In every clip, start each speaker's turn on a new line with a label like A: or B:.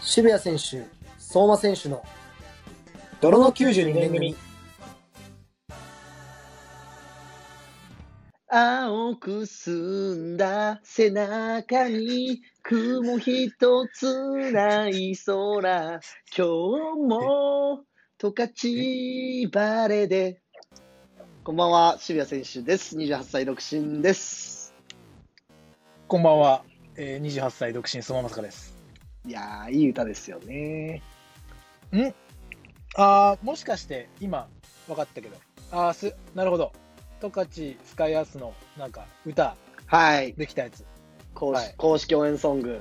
A: 渋谷選手、相馬選手の
B: 泥の92年組。
C: 青く澄んだ背中に雲一つない空今日も十勝バレでこんばんは渋谷選手です28歳独身です
B: こんばんは、えー、28歳独身、そのままさかです。
C: いやーいい歌ですよね
B: あー、もしかして、今、分かったけど、あー、す、なるほど。十勝スカイアースの、なんか、歌、
C: はい
B: できたやつ
C: 公式,、
B: はい
C: 公式応援ソング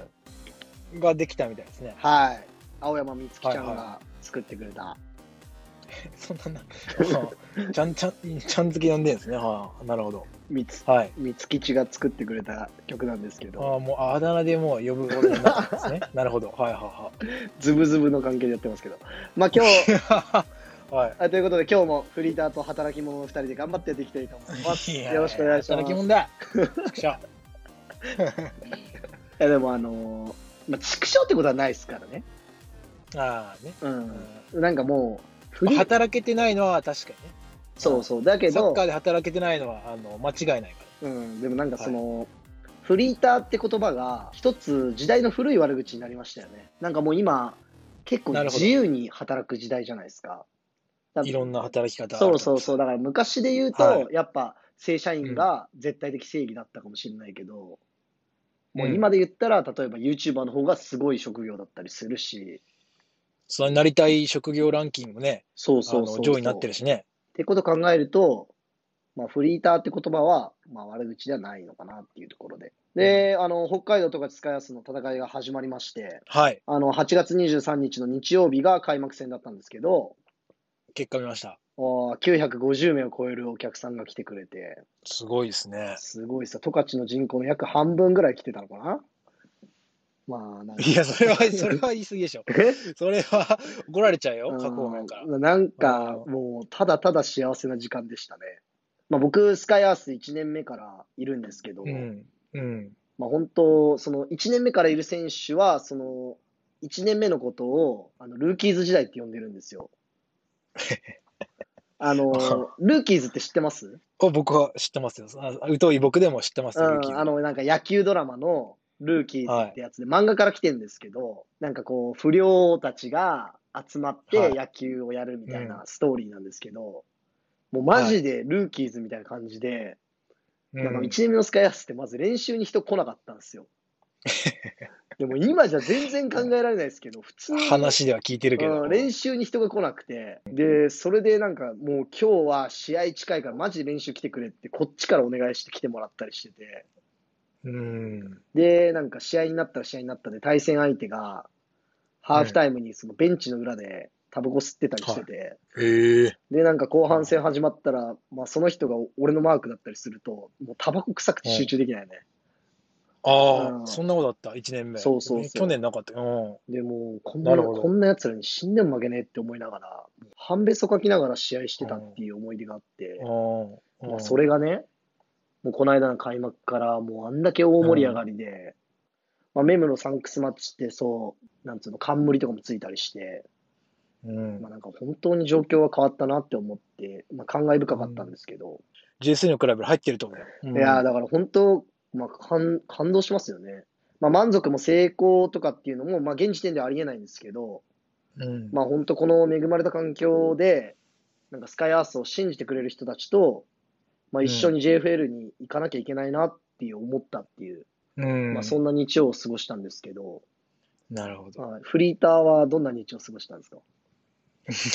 B: ができたみたいですね。
C: はい青山美月ちゃん
B: はい
C: が作ってくれた、
B: そんなな、はあちゃんちゃん、ちゃん好きなんでんですね。はあ、なるほど。
C: みつ
B: はい。
C: みつきちが作ってくれた曲なんですけ
B: あ
C: ど
B: ーもう、ああだ名でもう呼ぶことになったんですね。なるほど。はいは
C: ズブズブの関係でやってますけどまあ今日
B: いはい。はい。
C: あということで今日もフリーターと働き者の2人で頑張ってやっていきたいと思います。
B: や
C: よろしくお願いします。
B: 働き
C: い
B: 者だ。畜生
C: やでもあのーまあ、畜生ってことはないですからね。
B: ああね。
C: う。
B: うんん
C: なんかもう、フリー
B: 働けてないのは確かにね。
C: そうそう。だけ
B: サッ
C: ど
B: カ、ーで働けてないのはあの間違いないか
C: うん、でもなんかその、フリーターって言葉が一つ時代の古い悪口になりましたよね。なんかもう今、結構
B: なるほど
C: 自由に働く時代じゃないですか。だ
B: ら。いろんな働き方あると
C: そうそうそう。だから昔で言うと、
B: は
C: やっぱ正社員が絶対的正義だったかもしれないけど、も
B: う
C: うん今で言ったら、例えば YouTuber の方がすごい職業だったりするし、
B: そのなりたい職業ランキングもね、
C: そう
B: あ
C: そうそう
B: の
C: そう。
B: 上位になってる
C: っ
B: しね。
C: てこと考えると、まあ、フリーターって言葉は、まあ、悪口ではないのかなっていうところで。で、あの、北海道とか使いやすの戦いが始まりまして、
B: はい。
C: あの、8月23日の日曜日が開幕戦だったんですけど、
B: 結果見ました。
C: あー950名を超えるお客さんが来てくれて、
B: すごいですね。
C: すごいさ、十勝の人口の約半分ぐらい来てたのかなまあ、なんか
B: いや、それは、それは言い過ぎでしょ。
C: え
B: それは怒られちゃうよ、
C: うん
B: 各方面から。
C: なんか
B: う
C: もうただただ幸せな時間でしたね。まあ、僕、スカイアース1年目からいるんですけど、
B: うん。うん。
C: まあ、本当、その1年目からいる選手は、その1年目のことをあのルーキーズ時代って呼んでるんです よ。あの、ルーキーズって知ってます
B: これ僕は知ってますよ。あ疎い僕でも知ってます
C: う
B: よ、ルーキー
C: ん、あの、なんか野球ドラマのルーキーズってやつで、漫画から来てんですけど、なんかこう、不良たちが集まっ
B: は
C: て
B: い
C: 野球をやるみたいうなストーリーなんですけど、もうマジでルーキーズみたいな感じで、
B: うん
C: なんか1年目のスカイアースってまず練習に人来なかった んですよ。でも今じゃ全然考えられないですけど、普通に
B: 話では聞いてるけど。
C: うん、練習に人が来なくて、で、それでなんかもう今日は試合近いからマジで練習来てくれって、こっちからお願いして来てもらったりしてて、
B: うん。
C: で、なんか試合になったら試合になったで、対戦相手が、ハーフタイムにそのベンチの裏でタバコ吸ってたりしてて、
B: へえ。
C: で、なんか後半戦始まったら、まあその人が俺のマークだったりすると、もうタバコ臭くて集中できないよね。
B: あ
C: うん
B: あ、そんなことあった、1年目。
C: そうそうそう
B: 去年なかった。うん。
C: で、もうこんな、
B: なるほど
C: こんな奴らに死んでも負けねえって思いながら、もう半べそかきながら試合してたっていう思い出があって、
B: うん
C: まあそれがね、もうこの間の開幕からもうあんだけ大盛り上がりで、まあメムのサンクスマッチってそう、なんつうの、冠とかもついたりして、
B: うん
C: まあ、なんか本当に状況は変わったなって思って、まあ、感慨深かったんですけど、
B: J3 のクラブに入ってると思うよ。うん
C: いやーだから本当、まあ、感感動しますよね。まあ、満足も成功とかっていうのも、まあ、現時点ではありえないんですけど、
B: うん
C: まあ、本当この恵まれた環境で、なんかスカイアースを信じてくれる人たちと、まあ、一緒に JFL に行かなきゃいけないなっていう思ったっていう、
B: うん
C: まあ、そんな日曜を過ごしたんですけど、
B: なる ほど。
C: はいフリーターはどんな日曜を過ごしたんですか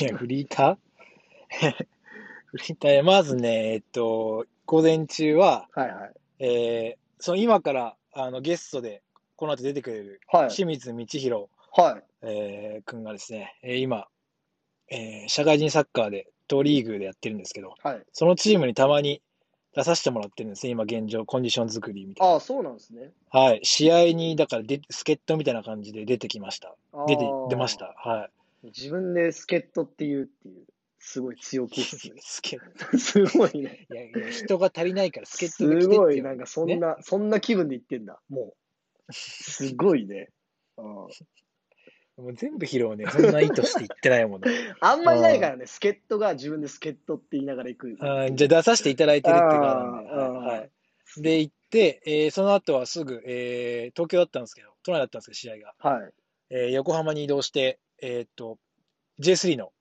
B: いやフリーター フリーター、まずね、えっと、午前中は、
C: はいはい。
B: えー、その今からあのゲストで、この後出てくれる
C: はい。
B: 清水道弘、
C: はい。
B: えー、君がですね、えー今、えー社会人サッカーで、トリーグでやってるんですけど、
C: はい。
B: そのチームにたまに出させてもらってるんですね、今現状、コンディション作りみたいな。
C: ああ、そうなんですね。
B: はい、試合に、だからで、助っ人みたいな感じで出てきました。出て、出まし。た。はい。
C: 自分で助っ人っていうっていう。すごい強気っすね。
B: 助っ
C: すごいね。
B: いやいや人が足りないから助っ
C: す
B: 人が来てって
C: ごい、
B: 言われ
C: なん
B: て
C: かそんな、そんな気分で言ってんだ。もう。すごいね。 うん
B: もう全部拾うね。そんな意図して言ってないも の。
C: あんまりないからね、助っ人が自分で助っ人って言いながら行く。
B: あーじゃあ出させていただいてるって感じなんで。
C: あー
B: はいは
C: あ
B: い、で、行って、えーその後はすぐ、えー東京だったんですけど、都内だったんですけど、試合が。
C: はい。
B: えー横浜に移動して、えーっと、J3 の、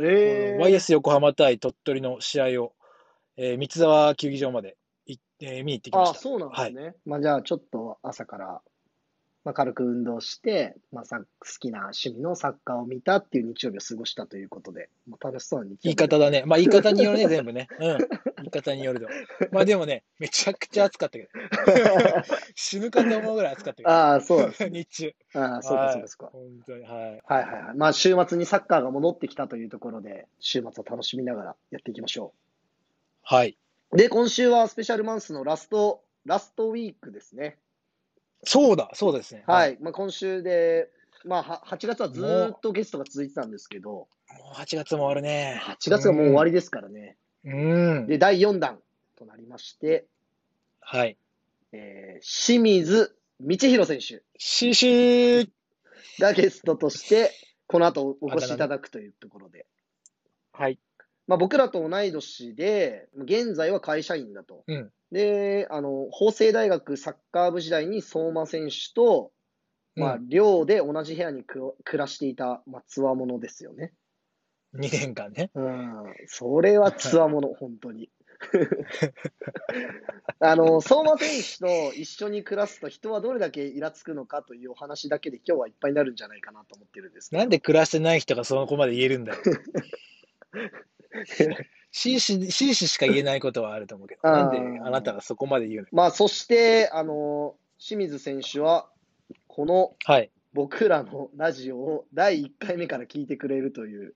C: えー、
B: YS 横浜対鳥取の試合を、えー三沢球技場まで行っ、えー見に行ってきま
C: あ
B: し
C: あ、
B: た。
C: そうなんですね。まあじゃあちょっと朝から、まあ、軽く運動して、まあ、さ好きな趣味のサッカーを見たっていう日曜日を過ごしたということで、まあ、楽しそうな日曜日。
B: 言い方だね。まあ言い方によるね、全 部ね。うん。言い方によると。まあでもね、めちゃくちゃ暑かったけど、 死ぬかと思うぐらい暑かったけど、
C: ああ、そうなんで す。
B: 日中。
C: ああ、そう
B: は
C: か
B: い
C: そうかそう
B: 本当に、はい。
C: か。はいはいはい。まあ週末にサッカーが戻ってきたというところで、週末を楽しみながらやっていきましょ
B: はい。
C: う。で、今週はスペシャルマンスのラスト、ラストウィークですね。
B: そうだ、そうですね。
C: はい。まあ今週で、まあは8月はずーっとゲストが続いてたんですけど、
B: もう8月も終わるね。
C: 8月がもう終わりですからね。
B: り。うん。
C: で、第4弾となりまして、
B: はい。
C: えー清水道弘選手
B: シーシー
C: がゲストとして、この後お越しいただくというところで。
B: はい。
C: まあ、僕らと同い年で、現在は会社員だと。
B: うん
C: で、あの、法政大学サッカー部時代に相馬選手と、まあ、
B: うん
C: 寮で同じ部屋にく暮らしていた、まあ、つわものですよね。
B: 2年間ね。
C: うん、それはつわもの、本当に。 あの相馬選手と一緒に暮らすと人はどれだけイラつくのかというお話だけで今日はいっぱいになるんじゃないかなと思ってるんですけど
B: なんで暮らしてない人がその子まで言えるんだ よ。シーシー、シーシーしか言えないことはあると思うけど、
C: あ
B: な
C: ー
B: んであなたがそこまで言うの
C: まあ、そしてあの清水選手はこの
B: はい。
C: 僕らのラジオを第1回目から聞いてくれるという、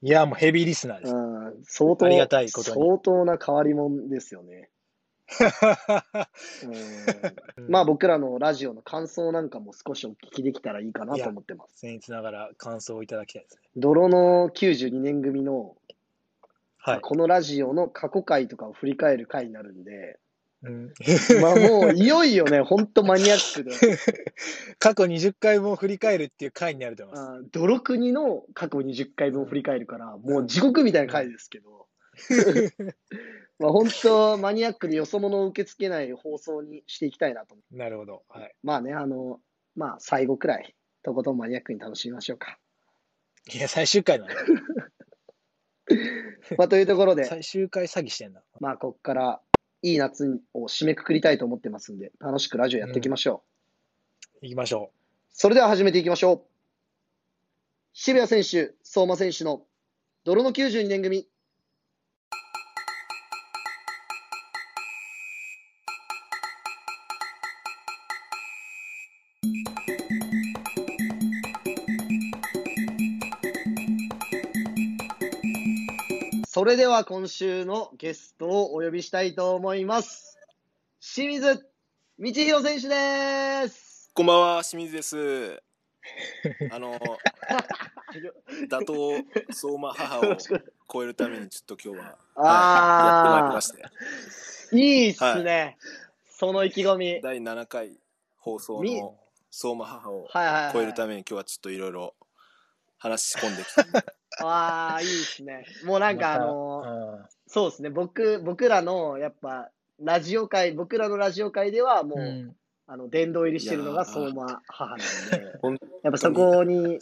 B: いや、もうヘビーリスナーで
C: う
B: す。
C: ん、相当
B: ありがたいことに
C: 相当な変わり者ですよ ね。うんまあ僕らのラジオの感想なんかも少しお聞きできたらいいかなと思ってます。
B: 僭越ながら感想をいただきたいですね。
C: 泥の92年組の、
B: はい。
C: このラジオの過去回とかを振り返る回になるんで、
B: うん、
C: まあもういよいよね、ほんとマニアックで、
B: 過去20回分を振り返るっていう回になると思います。
C: あ泥国の過去20回分を振り返るから、もう地獄みたいな回ですけど、まあ本当マニアックでよそ者を受け付けない放送にしていきたいなと思
B: なるほど。はい。
C: う。まあね、あの、まあ最後くらい、とことんマニアックに楽しみましょうか。
B: いや、最終回なんだ。
C: まあというところで、
B: 最終回詐欺してんだ。
C: まあ、ここからいい夏を締めくくりたいと思ってますんで、楽しくラジオやっていきましょう。
B: 行きましょ
C: それでは始めていきましょう。渋谷選手、相馬選手の泥の92年組。それでは今週のゲストをお呼びしたいと思います。清水道弘選手です。
D: こんばんは、清水 です。あの、打倒相馬母を超えるために、ちょっと今日は、はい、やってまいり
C: あ
D: まして、
C: あ、いいっすね、その意気込み。はい
D: 第7回放送
C: み
D: の相馬母を
C: はい、はい。
D: 超えるた
C: め。
D: めに、今日はちょっといろいろ話し込んできたんで。
C: ああ、いいっすね。もう
B: う。
C: なんかあ
B: ま
C: の
B: たうん
C: そうですね、僕、僕らの、やっぱ、ラジオ界、僕らのラジオ界ではもう、
B: うん
C: あの、殿堂入りしてるのが
D: いやー
C: 相馬 母なんで、
D: ほん
C: やっぱそこに、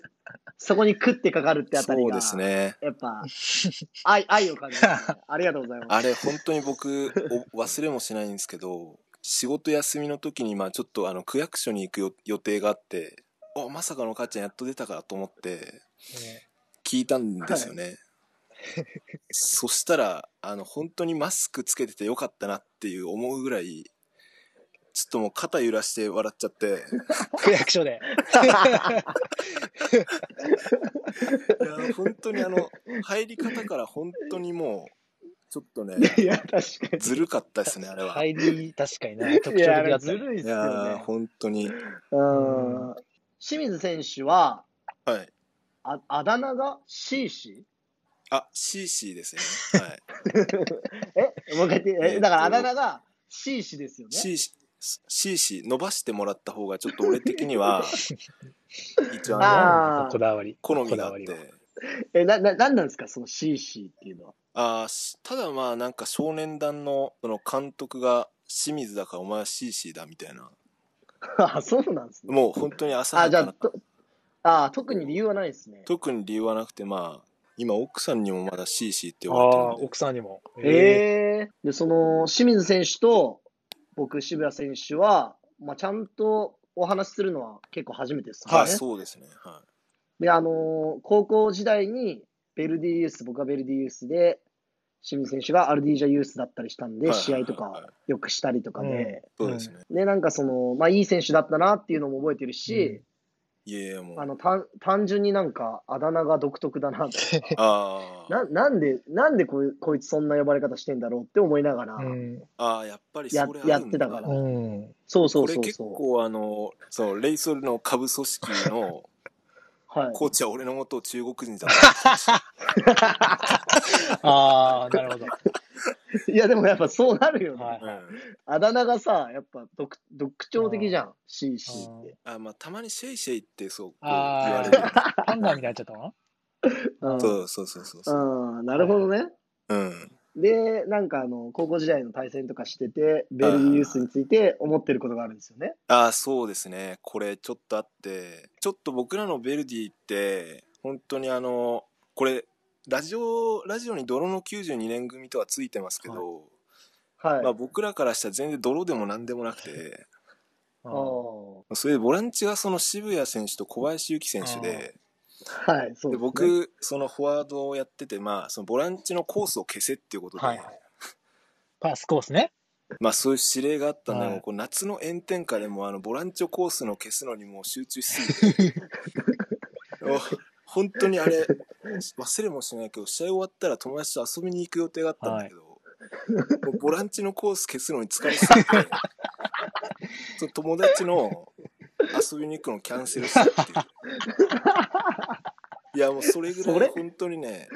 C: そこに食ってかかるってあたり
D: そう
C: が、
D: ですね。
C: やっ ぱ、愛、愛を感じます、ね。ありがとうございます。
D: あれ、本当に僕、お忘れもしないんですけど、仕事休みの時に、まあちょっとあの区役所に行くよ予定があって、おまさかの母ちゃんやっと出たかと思って、
B: ね
D: 聞いたんですよね、そしたらあの本当にマスクつけててよかったなっていう思うぐらいちょっともう肩揺らして笑っちゃって
B: 区役所で。
D: いや本当にあの入り方から本当にもうちょっとね
C: いや、確か
D: ずるかったですねあれは、い
B: 入り、確かにな。特徴
C: に。い
B: 的
C: や、
B: だ
C: あれ
B: った
C: ず
B: ね。
C: るいっす
D: や
C: よ
D: ー
C: ね。
D: 本当に
C: うん。清水選手は、
D: はい
C: ああだ名がシーシ
D: あ、シーシーですよね。はい。
C: えもう一回言って、えだからあだ名が C 氏ですよね。
D: シーシー、シーシー伸ばしてもらった方が、ちょっと俺的には、一応あの、
C: あー
B: こだわり。
D: 好みが
B: こだ
D: あっ
B: わりは
D: て。
C: え、な、な、なんなんですかその C 氏っていうのは。
D: あーしただまあなんか少年団のその監督が清水だからお前は CC だみたいな
C: あ、そうなんですね。
D: もう本当に浅は
C: あ、じゃ
D: か
C: あ、
D: な
C: とあー、特に理由はないですね。
D: 特に理由はなくてまあ今奥さんにもまだ CC って呼
B: あ
D: ばれてる
B: あ、
D: んで
B: 奥さんにも。え
C: ええで、その、清水選手と、僕、渋谷選手は、まあ、ちゃんとお話しするのは結構初めてですね。
D: はいそうですねは
C: で、あのー高校時代に、ベルディユース、僕はベルディユースで、清水選手がアルディージャユースだったりしたん
D: い
C: で、
D: はいはい
C: 試
D: はい
C: 合とかよくしたりとかで、
D: そうですね、
C: で、なんかその、まあ、いい選手だったなっていうのも覚えてるし、
D: いやいやもう
C: あ
D: あ
C: の、単単純になんか、あだ名が独特だなって。
D: あー
C: ななんで、なんでこいこいつそんな呼ばれ方してんだろうって思いながら、
B: うん。
D: あーやっぱりそれ
C: や
D: あるんだ
C: やってたから
B: うん。
C: そうそう
D: これ
C: そう
D: 結
C: そう。
D: 構あのそのレイソルの下部組織 の
C: はい。
D: コーチは俺の元を中国人だった。
B: ああ、なる ほど。
C: いや、でもやっぱそうなるよね。
B: はい
D: うん
C: あだ名がさ、やっぱ独独徴的じゃん、シーシーって。
D: あまあたまにシェイシェイってそうこう言わ
B: あ
D: れる
B: あ、パンダみたいになっちゃったの
C: うん
D: そうそうそうそうそう
C: うん、なるほどね。
D: うん
C: で、なんかあの、高校時代の対戦とかしてて、ベルギーユースについて思ってることがあるんですよね。
D: ああそうですねこれちょっとあってちょっと僕らのヴェルディって本当にあのこれラジオラジオに泥の92年組とはついてますけど、
C: はい。
D: まあ、
C: あ
D: 僕らからしたら全然泥でも何でもなくて
B: あー
C: ー
D: それでボランチがその渋谷選手と小林幸選手で
C: はい、そう
D: で
C: です、ね。
D: 僕そのフォワードをやってて、まあ、そのボランチのコースを消せっていうことで、
B: はいはい。パスコースね。
D: まあ、そういう指令があったんだけど、
B: はい
D: こう夏の炎天下でもあのボランチをコースの消すのにもう集中しすぎてもう本当にあれ忘れもしないけど試合終わったら友達と遊びに行く予定があったんだけど、もうボランチのコース消すのに疲れすぎてそう友達の遊びに行くのをキャンセルしたっていう。いやもうそれぐ
C: それ
D: らい本当にね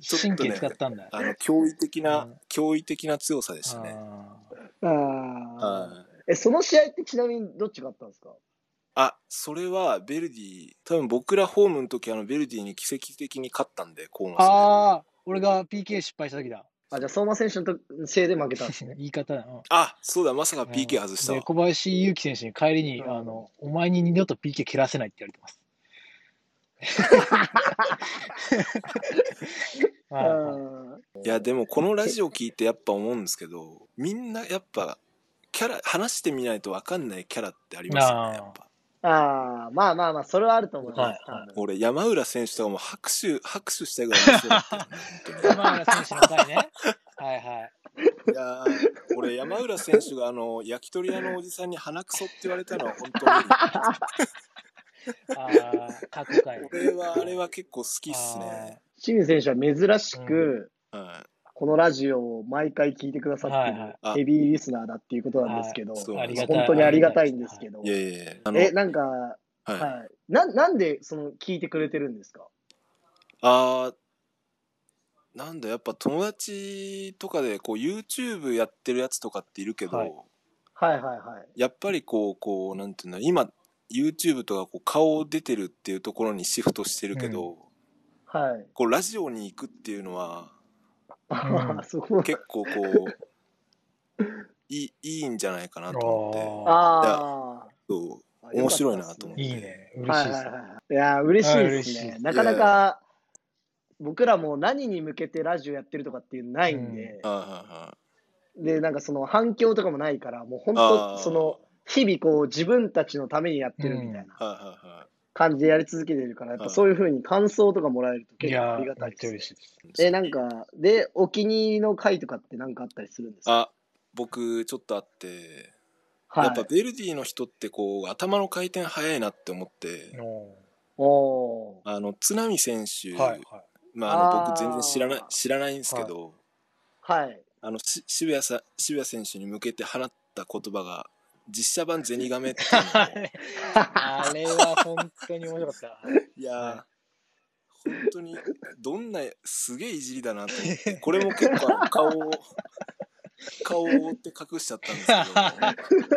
D: ちょっとね
B: 神経使ったんだ。
D: あの驚異的な、
B: うん
D: 驚異的な強さでしたね。
B: あ
C: あ
D: はい
C: ーえ、その試合ってちなみにどっちがあったんですか
D: あ、それはベルディ、多分僕らホームの時あのベルディに奇跡的に勝ったんで、コー
B: ー
D: マあ
B: あー、俺が PK 失敗した時だ。
C: あ、じゃあ相馬選手のと試合で負けたんですね。
B: 言い方だな。
D: あ、そうだ、まさか PK
B: うん
D: 外したわ
B: で、小林祐希選手に帰りに、
C: うん
B: あの、お前に二度と PK 蹴らせないって言われて ます。はいはい
C: あ
D: いや、でもこのラジオ聞いてやっぱ思うんですけど、みんなやっぱ、キャラ、話してみないと分かんないキャラってありますよ
B: あー
D: ね、やっ
C: ー
D: ぱ。
C: あー、まあまあまあ、それはあると思います。
B: はいは
C: 多分
D: 俺、山浦選手とかも拍手、拍手したぐらい面白かっ たよね、本当に
B: 山原選手の回ね。はいはい。
D: いやー俺、山浦選手があの、焼き鳥屋のおじさんに鼻くそって言われたのは本当に、
B: ああ、過去回。
D: 俺は、あれは結構好きっすね。
C: 清水選手は珍しく、
D: はい。
C: このラジオを毎回聞いてくださって
B: はいはい
C: る
D: あ
C: ヘビーリスナーだっていうことなんですけど、
D: はいそう
B: ありがたい
C: 本当にありがたいんですけど、
D: いやいやいや、あの、
C: え、なんか、は
D: はい。
C: い、ななんでその聞いてくれてるんですか
D: あーなんだやっぱ友達とかでこう YouTube やってるやつとかっているけど、
B: はい
C: はいはいはい。
D: やっぱりこうこうなんていうんだ今 YouTube とかこう顔出てるっていうところにシフトしてるけど、
C: はい。
D: こうラジオに行くっていうのは
B: ん
C: そこ
D: 結構こういいいいんじゃないかなと思って
C: あ
D: そう
C: あ、
D: 面白いなと思って
B: いいね。
C: よか
B: 嬉
C: っ
B: しい
C: た
B: で
C: っ
B: すね
C: すね。はいはいはい。いやー、嬉しいで
B: あー嬉
C: す
B: しいっ
C: ね
B: す。
C: なかなか、僕らも何に向けてラジオやってるとかっていうのないんで、
D: あはいはい
C: で、なんかその反響とかもないから、もう本
D: あー
C: 当その、日々こう自分たちのためにやってるみたいな。
D: はいはいはい
C: 感じでやり続けてるから、やっぱそういうふうに感想とかもらえると
B: い
C: 結構あ
B: や
C: りが
B: ー、
C: た
B: め
C: い
B: っちゃ
C: で
B: 嬉
C: す。
B: しいです。
C: え、なんか、で、お気に入りの回とかってなんかあったりするんですか
D: あ僕ちょっとあって、
C: はい
D: やっぱ。ベルディの人ってこう頭の回転早いなって思って、
B: お
C: おー
D: あの津波選手、
B: ーはいはい。
D: まあ、あの
C: あー
D: 僕全然知らない知らないんですけど、
C: はい。
D: あのし渋谷さ渋谷選手に向けて放った言葉が実写版「銭亀」っていうのを
B: あれは本当に面白かった。
D: いやー、本当にどんなすげえいじりだなと思ってこれも結構あの顔を顔を覆って隠しちゃったんですけど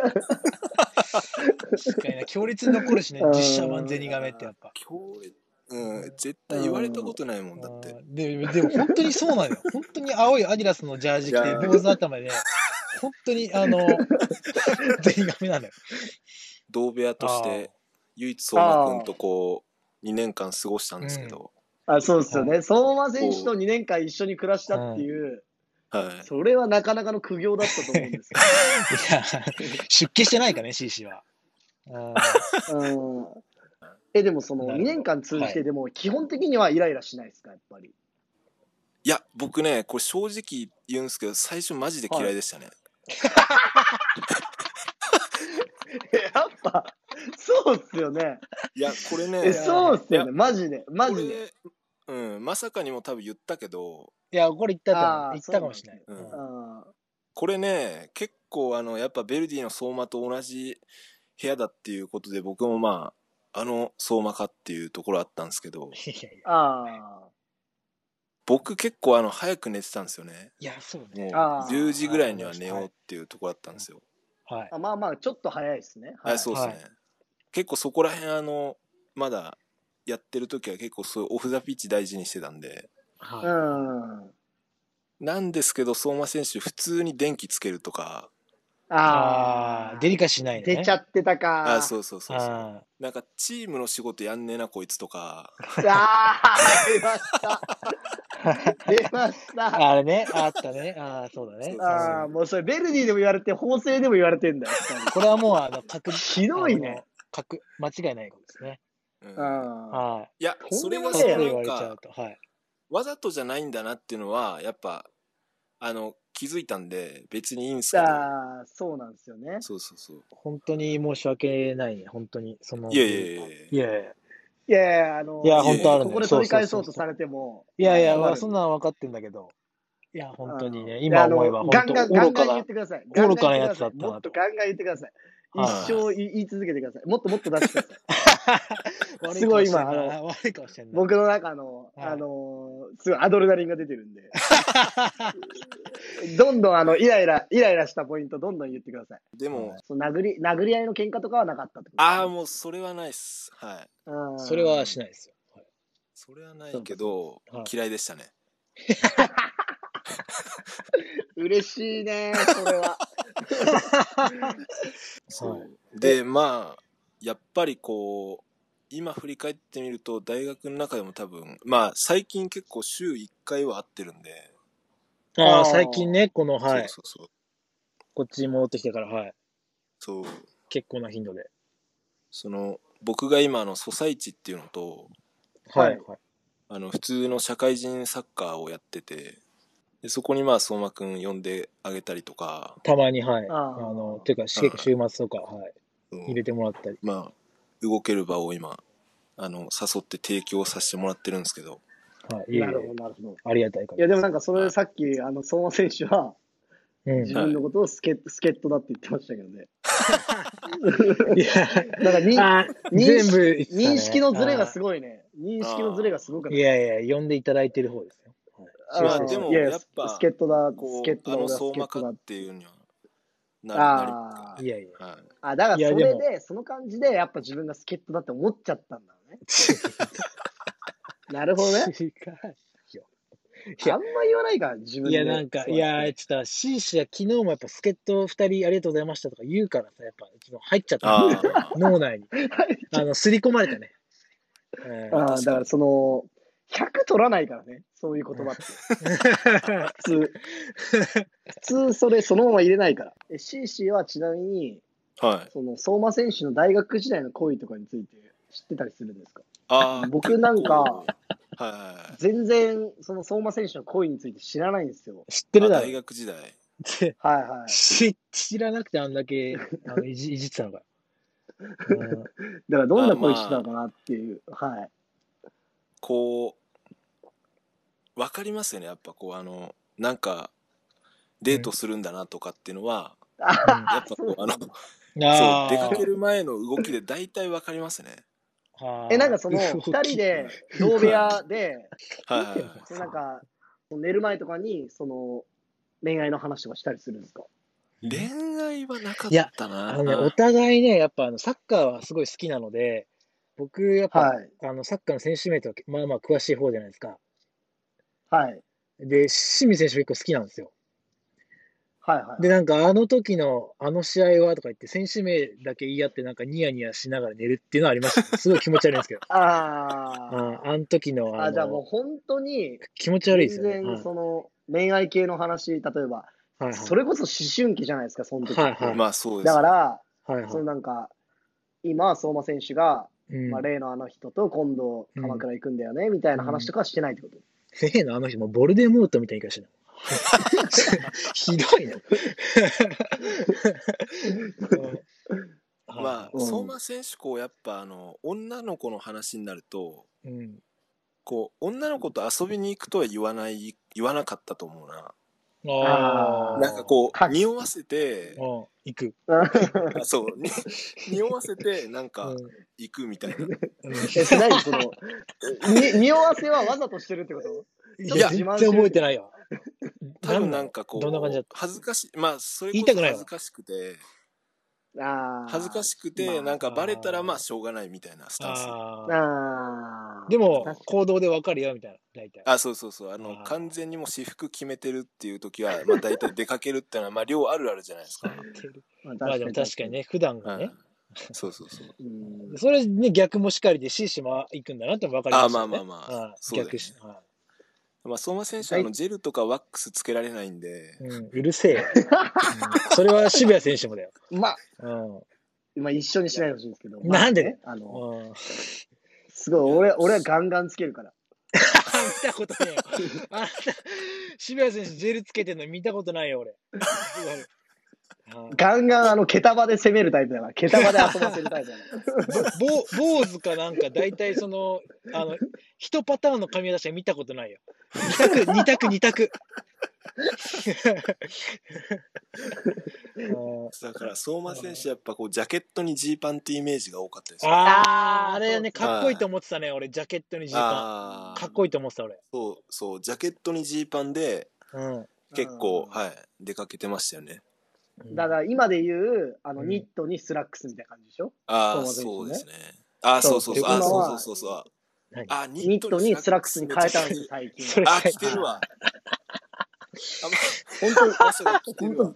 B: 確かにな強烈に残るしね
C: うん
B: 実写版ゼニガメってやっぱ
D: 強烈うん絶対言われたことないもんだって
B: うんででも本当にそうなのよ本当に青いアディダスのジャージ着
D: い
B: て
D: やー
B: 坊主頭で本当に あの ゼニガメなのよ
D: 同部屋とし
B: あー
D: て唯一相馬君とこう2年間過ごしたんですけど、
C: あ、そうですよね。相馬選手と2年間一緒に暮らしたっていう、
D: はい
C: それはなかなかの苦行だったと思うんですけど。
B: いや出家してないかね CC はうん
C: うんえでもその
B: なるほ
C: 2
B: ど
C: 年間通じ
B: は
C: て
B: い
C: でも基本的にはイライラしないですかやっぱり
D: いや僕ねこれ正直言うんですけど最初マジで嫌いでしたね、
C: やっぱそうっすよね
D: い、やこれね
C: えそうっすよ
D: い
C: ね
D: や
C: マジでマ
D: こ
C: ジで
D: れうんまさかにも多分言ったけど
B: いやこれ言ったと
C: あ
B: 思
C: ー
B: う言ったかもしれない
D: そうなんだ
B: うん
C: あ
D: これね結構あのやっぱベルディの相馬と同じ部屋だっていうことで僕もまああの相馬かっていうところあったんですけど
B: いやい
C: ーあ
D: 僕結構あの早く寝てたんですよね
B: やいやそうね
D: もう
C: あー
D: 10時ぐらいには寝ようっていうところだったんですよ
B: はい
C: ーあまあまあちょっと早いですね
D: はい、そうですね、
B: はい
D: 結構そこら辺あのまだやってる時は結構そういうオフ・ザ・ピッチ大事にしてたんで
C: う
B: は
C: ん
D: なんですけど相馬選手普通に電気つけるとか
B: い
C: あ
B: あ
C: あ
B: ーデリカシーないのね
C: 出ちゃってたか
D: ああそうそうそうそう
B: あ
D: なんかチームの仕事やんねえなこいつとか
C: あー出ました出ました
B: ーあれねあったねああそうだね
D: そう
C: ああもうそれベルディでも言われて法政でも言われてんだよ
B: うんこれはもうあの確
C: ひどいね
B: 確間違いないことですね
D: うん
C: あ
B: はい
D: や
C: と
D: そ
C: んで
D: れ
C: も
D: が
B: い
C: ね
D: そ
C: え
D: の
C: よ
B: そう
D: な
B: 言われち
D: んか
B: ゃうとはい
D: わざとじゃないんだなっていうのはやっぱあの気づいたんで別にいいんです
C: ー
D: けど
C: あーそうなんですよね
D: そうそうそう
B: 本当に申し訳ない本当にその
D: いやいやいやい
B: いやいや
C: いやいや、あの、
B: いや
D: 本当あるね
C: ここで取り返そうとされても。
B: いやいや
C: 困る
B: そんなの分かってんだけどいや本当に
C: あ
B: ね
C: の
B: 今思えば
C: あ
B: 本
C: のガ
B: 当
C: ンガン、ガンガン言ってください。
B: 愚かなやつだったなと
C: もっとガンガン言ってくださ
B: は
C: い。
B: い
C: 一生言い言い続けてください。もっともっと出してください。
B: 悪
C: すごい今
B: 顔してんな
C: あ
B: 悪い顔してんな
C: 僕の中の、
B: はい
C: あの、すごいアドレナリンが出てるんで。どんどん、あの、イライラ、イライラしたポイント、どんどん言ってください。
D: でも
C: その殴り、殴り合いの喧嘩とかはなかったってこと
D: ああもうそれはないっすはい
C: あ
B: それはしないですよはい
D: それはないけど
B: そうかそうかはい
D: 嫌いでしたね
C: 嬉しいね、それは。
D: そうでまあやっぱりこう今振り返ってみると大学の中でも多分まあ最近結構週1回は会ってるんで
B: あ
C: あ
B: あ
C: ー
B: 最近ねこのはい
D: そうそう
B: こっちに戻ってきてからはい
D: そうそう
B: 結構な頻度で
D: その僕が今あのソサイチっていうのと
C: はい
B: はい
D: あの普通の社会人サッカーをやっててでそこにまあ相馬くん呼んであげたりとか、
B: たまにはい
C: あ
B: あ
C: ー
B: のていうか結構週末とかはい入れてもらったり
D: まあ動ける場を今あの誘って提供させてもらってるんですけど
B: はいいえいえ
C: なるほど、なるほど。
B: ありがたいか
C: いや、
B: ら
C: でもなんか、それさっき、あの、相馬選手は、
B: うん
C: 自分のことをスケスケットだって言ってましたけどね。
B: いや
C: なんか に
B: あ
C: 認
B: 全
C: 識
B: 部言ってたね、
C: 認識のズレがす
B: ご
C: ごいね。認識のズレがすごく
B: い。いやいや、呼んでいただいてる方ですよ。
C: あ
D: まあ
C: の
D: でも
C: い
D: やっぱ
C: スケットだ、ス
D: こう
C: ケット
D: あ
C: だ、
D: の
C: 俺は
D: 相
C: スケ
D: 馬
C: ット
D: か
C: だ
D: っ。ていうにはななり
C: あ
B: いやいや。
D: はい
C: ああ、だから
B: いや
C: それ
B: で
C: で、その感じで、やっぱ自分がスケットだって思っちゃったんだろう ね。なるほ どね。
B: 違うよい
C: あ
B: や
C: んま言わないから、自分
B: い
C: で。
B: や、なんか、
C: そう
B: い
C: やって
B: や、ちょっと、シーシは昨日もやっぱ、助っ人二人ありがとうございましたとか言う からさ、やっぱ、ちょっと入っちゃったんだよね
D: あー
B: 脳内に。あの、すり込まれたね。うん
C: ああ、
D: 確かに
C: だからその、100取らないからね、そういう言葉 って。普通。普通、それそのまま入れないから。え CC はちなみに、
D: はい
C: その相馬選手の大学時代の恋とかについて知ってたりするんですか
D: あー
C: 僕なんか
D: 結構はいはいはい
C: 全然、その相馬選手の恋について知らないんですよ。
B: 知ってる
D: あ
B: だろ。
D: 大学時代
C: はいはい。
B: 知 知らなくてあんだけあのいじいじってたのか。うん
C: だからどんな恋してたのかなっていう。はい。
D: こうわかりますよねやっぱこうあのなんかデートするんだなとかっていうのは、
C: あ
D: やっぱこうあのそう
B: あー
D: 出かける前の動きで大体わかりますね
C: え、なんかその、二人で、同部屋で、
D: はいはいはい。
C: そのなんか、寝る前とかに、その、恋愛の話とかしたりするんですか
D: 恋愛はなか
B: いや
D: った
B: あ
D: な。
B: のね、お互いね、やっぱあのサッカーはすごい好きなので、僕、やっぱ、
C: はい。
B: あのサッカーの選手名とか、まあまあ詳しい方じゃないですか。
C: はい。
B: で、清水選手が一個好きなんですよ。
C: はいはい。
B: で、なんか、あの時の、あの試合はとか言って、選手名だけ言い合って、なんかニヤニヤしながら寝るっていうのはありま した。すごい気持ち悪いんですけど。
C: あ
B: あーあの時の、
C: あ。
B: あ
C: あ、じゃあもう
B: の、
C: 本当に、
B: 気持ち悪い
C: 全
B: ですよね。はい
C: 然その、恋愛系の話、例えば、
B: はい
C: それこそ思春期じゃないですか、その時。
B: はいはい
D: まあそうで
C: だ
D: す。
C: から、
B: はいはいは
C: その
B: い
C: なんか、今、相馬選手が、
B: うん
C: まあ、例のあの人と今度、鎌倉行くんだよね、みたいな話とかはしてないってこと、
B: 例のあの人もボルデモートみたいに言い 方してるひどいな。
D: まあ、
C: うん
D: 相馬選手、こう、やっぱ、あの、女の子の話になると、
B: あ、うん、
D: こう、女の子と遊びに行くとは言わない、言わなかったと思うな。
B: あ
C: あ
B: あ、
C: ー
D: なんかこ
C: か
D: う、匂わせて、
B: うん、行く。
D: あそう、 に匂わせて、なん
B: う
D: か
B: ん、
D: 行くみたいな。
B: うん
C: え、それ何その、に、匂わせはわざとしてるってこと
B: いや、全然覚えてないよ。
D: 多分なんかこ
B: どんな感じだっ
D: う、恥ずかしい、まあ、それ
B: 言い
D: こ
B: たく
D: そ
B: ないわ
D: 恥ずかしくて、
C: ああ。
D: 恥ずかしく
C: ま
D: て、
C: あ
D: なんかバレたら、まあ、しょうがないみたいなスタンス。
B: あー
C: ああ。
B: でも
C: 確か、
B: 行動でわかるよ、みたいな、大体。
D: あ、そうそうそう。あの、
B: あー
D: 完全にもう私服決めてるっていう時は、まあ大体出かけるってのは、まあ量あるあるじゃないですか。
C: に
B: まあでも確かに。ね、普段が
D: はい
B: ね。。
D: そうそうそう。
C: うん
B: それね、逆もしかりで C 島行くんだなっても分かりましたよね。
D: あまあまあまあ
B: うん
D: そうだよね
B: 逆し、は
D: まあ相馬選手はあ
C: は
D: のジェルとかワックスつけられないんで、
B: い うん、うるせえよ、うんそれは渋谷選手もだよ。
C: まあ、
B: うん。
C: まあ一緒にしないでほしいんですけど。
B: なんで
C: まあねあの、
B: うん
C: すごい、俺、俺はガンガンつけるから。
B: あ見たことねえよ。あんた、渋谷選手、ジェルつけてんの見たことないよ、 俺。
C: ガンガン、あの、毛束で攻めるタイプだから。毛束で遊ばせるタイプだから。
B: ぼ坊主かなんか、大体その、あの、一パターンの髪型しか見たことないよ。二択、二択、 二択。うん
D: だから相馬選手やっぱこうジャケットにジーパンってイメージが多かったですよ。
B: ああ、あれ
C: そうで
B: ね、
C: す
B: かっこいいと思ってたね、俺、ジャケットにジーパン。
D: あー
B: かっこいいと思ってた、俺。
D: そうそう、ジャケットにジーパンで
B: うん。
D: 結
C: う
D: 構、
C: ん
D: はい、出かけてましたよね。
C: だから今で言う、あの、
B: うん
C: ニットにスラックスみたいな感じでしょ
D: あ
C: 相
D: あ、そう
C: 馬
D: で
C: 選
D: すね。ああ、
C: そ
D: そううそうそ
B: で
D: う。あ
B: 今
D: そう
C: は
D: そうそうそう。
B: 何
D: あ
C: ニットにスラックスに変えたんですよ、
D: めっ
C: 最近。
B: それ
D: ちゃあ、着てるわ。あ、
C: 本当に
D: まあ、それ着て
C: 本
D: る
C: 当
D: わ。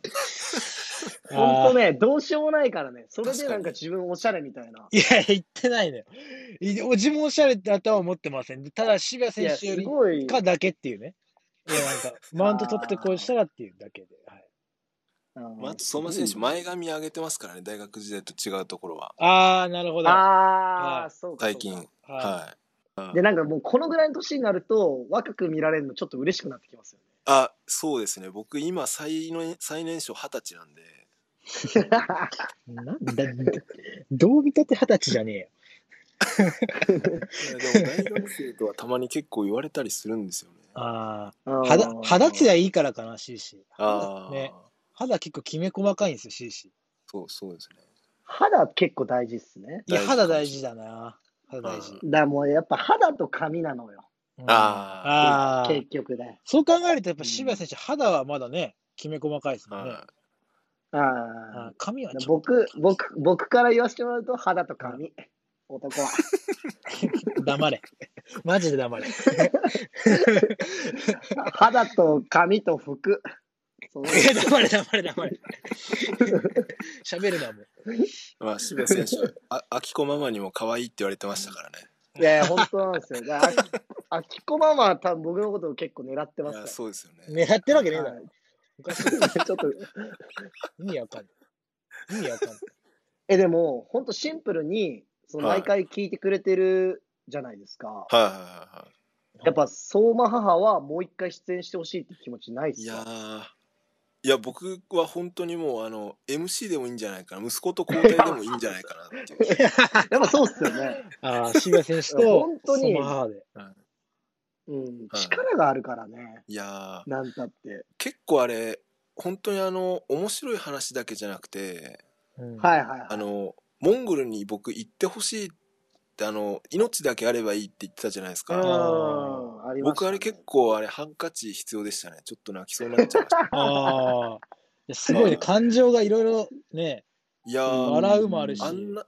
C: 本当
B: ね。
C: ね、どうしようもないからね、それでなん
D: 確か
C: か
D: に
C: 自分おしゃれみたいな。
B: いや、言ってないのよ。い自分おしゃれだとは思ってません。ただ、渋谷
C: い
B: 選
C: や、
B: 手
C: す
B: より
C: ごい。
B: かだけっていうね。いや、なんか、マウント取ってこうしたらっていうだけで。はい、
D: ま
C: あ
D: あ、あと相馬選手、前髪上げてますからね、大学時代と違うところは。
B: ああ、なるほど。は
C: あ
B: は
C: あ、
B: い
C: そうか。
D: 最
C: そう
D: 近
C: か。
B: い
D: はい。
C: で、なんかもうこのぐらいの年になると、若く見られるのちょっと嬉しくなってきますよ
D: あ、そうですね。僕、今、最年最年少二十歳なんで。
C: ね。
B: なんだ、どう見たって二十歳じゃねえよ。
D: いやでも、大学生とはたまに結構言われたりするんですよ ね。
B: あ
C: うん
B: あ、肌、肌つやいいからかな、シーシー。
D: ああ、
B: ね。肌結構きめ細かいんですよ、シーシー。
D: そう、そうですね。
C: 肌結構大事っすね。
B: いや、
D: 大事
B: 肌大事だな。肌大事。
D: うん
C: だからもうやっぱ肌と髪なのよ。
B: うん
D: あ
B: あー
C: 結局ね。
B: そう考えると、やっぱ渋谷選手、肌はまだね、きめ細かいですもんね。
D: は
C: あ
B: あ
C: あ
B: ー髪はちょっと
C: 僕、僕、僕から言わせてもらうと肌と髪。男は。
B: 黙 れ。マジで黙れ。
C: 肌と髪と服。その
B: いや黙れ、黙れ、黙れ。 喋るな、もう。
D: い。まあ、渋谷選手、あ、 あきこママにも可愛いって言われてましたからね。
C: いやいや、 本当なんですよ。だからああきこママは多分僕のことを結構狙ってま
D: い
C: す
D: や
C: か
D: そうですよね。
B: 狙ってるわけねえ
C: ら。
B: だ
C: は
B: ろ。
C: い
B: おかしい。
C: ちょっと、
B: 意味わかんない。意味わかんない。
C: え、でも、本当シンプルに、その
D: はい
C: 毎回聞いてくれてるじゃないですか。
D: はいはいはいは
C: やっぱ、相馬母はもう一回出演してほしいって気持ちないっ
D: い。い
C: す
D: や
C: か
D: ー。いや僕は本当にもうあの MC でもいいんじゃないかな息子と交代でもいいんじゃないかなってい う
C: やっぱそうっすよね。
B: ああ、渋谷選手と、
C: 本当に
B: その母で。
C: うん。
D: はい
C: 力があるからね。
D: いやー
C: なんたって。
D: 結構あれ本当にあの面白い話だけじゃなくて
B: うん
C: はいはいはい。
D: あのモンゴルに僕行ってほしいってあの命だけあればいいって言ってたじゃないです
C: う
D: か
C: ん、ありました
D: 僕あれ結構あれハンカチ必要でしたねちょっと泣きそうになっちゃいました
B: ああ。いや すごいね、感情がいろいろね、
D: い
C: う
D: や
C: ん
D: ー
B: 笑うもあるし、
D: あんな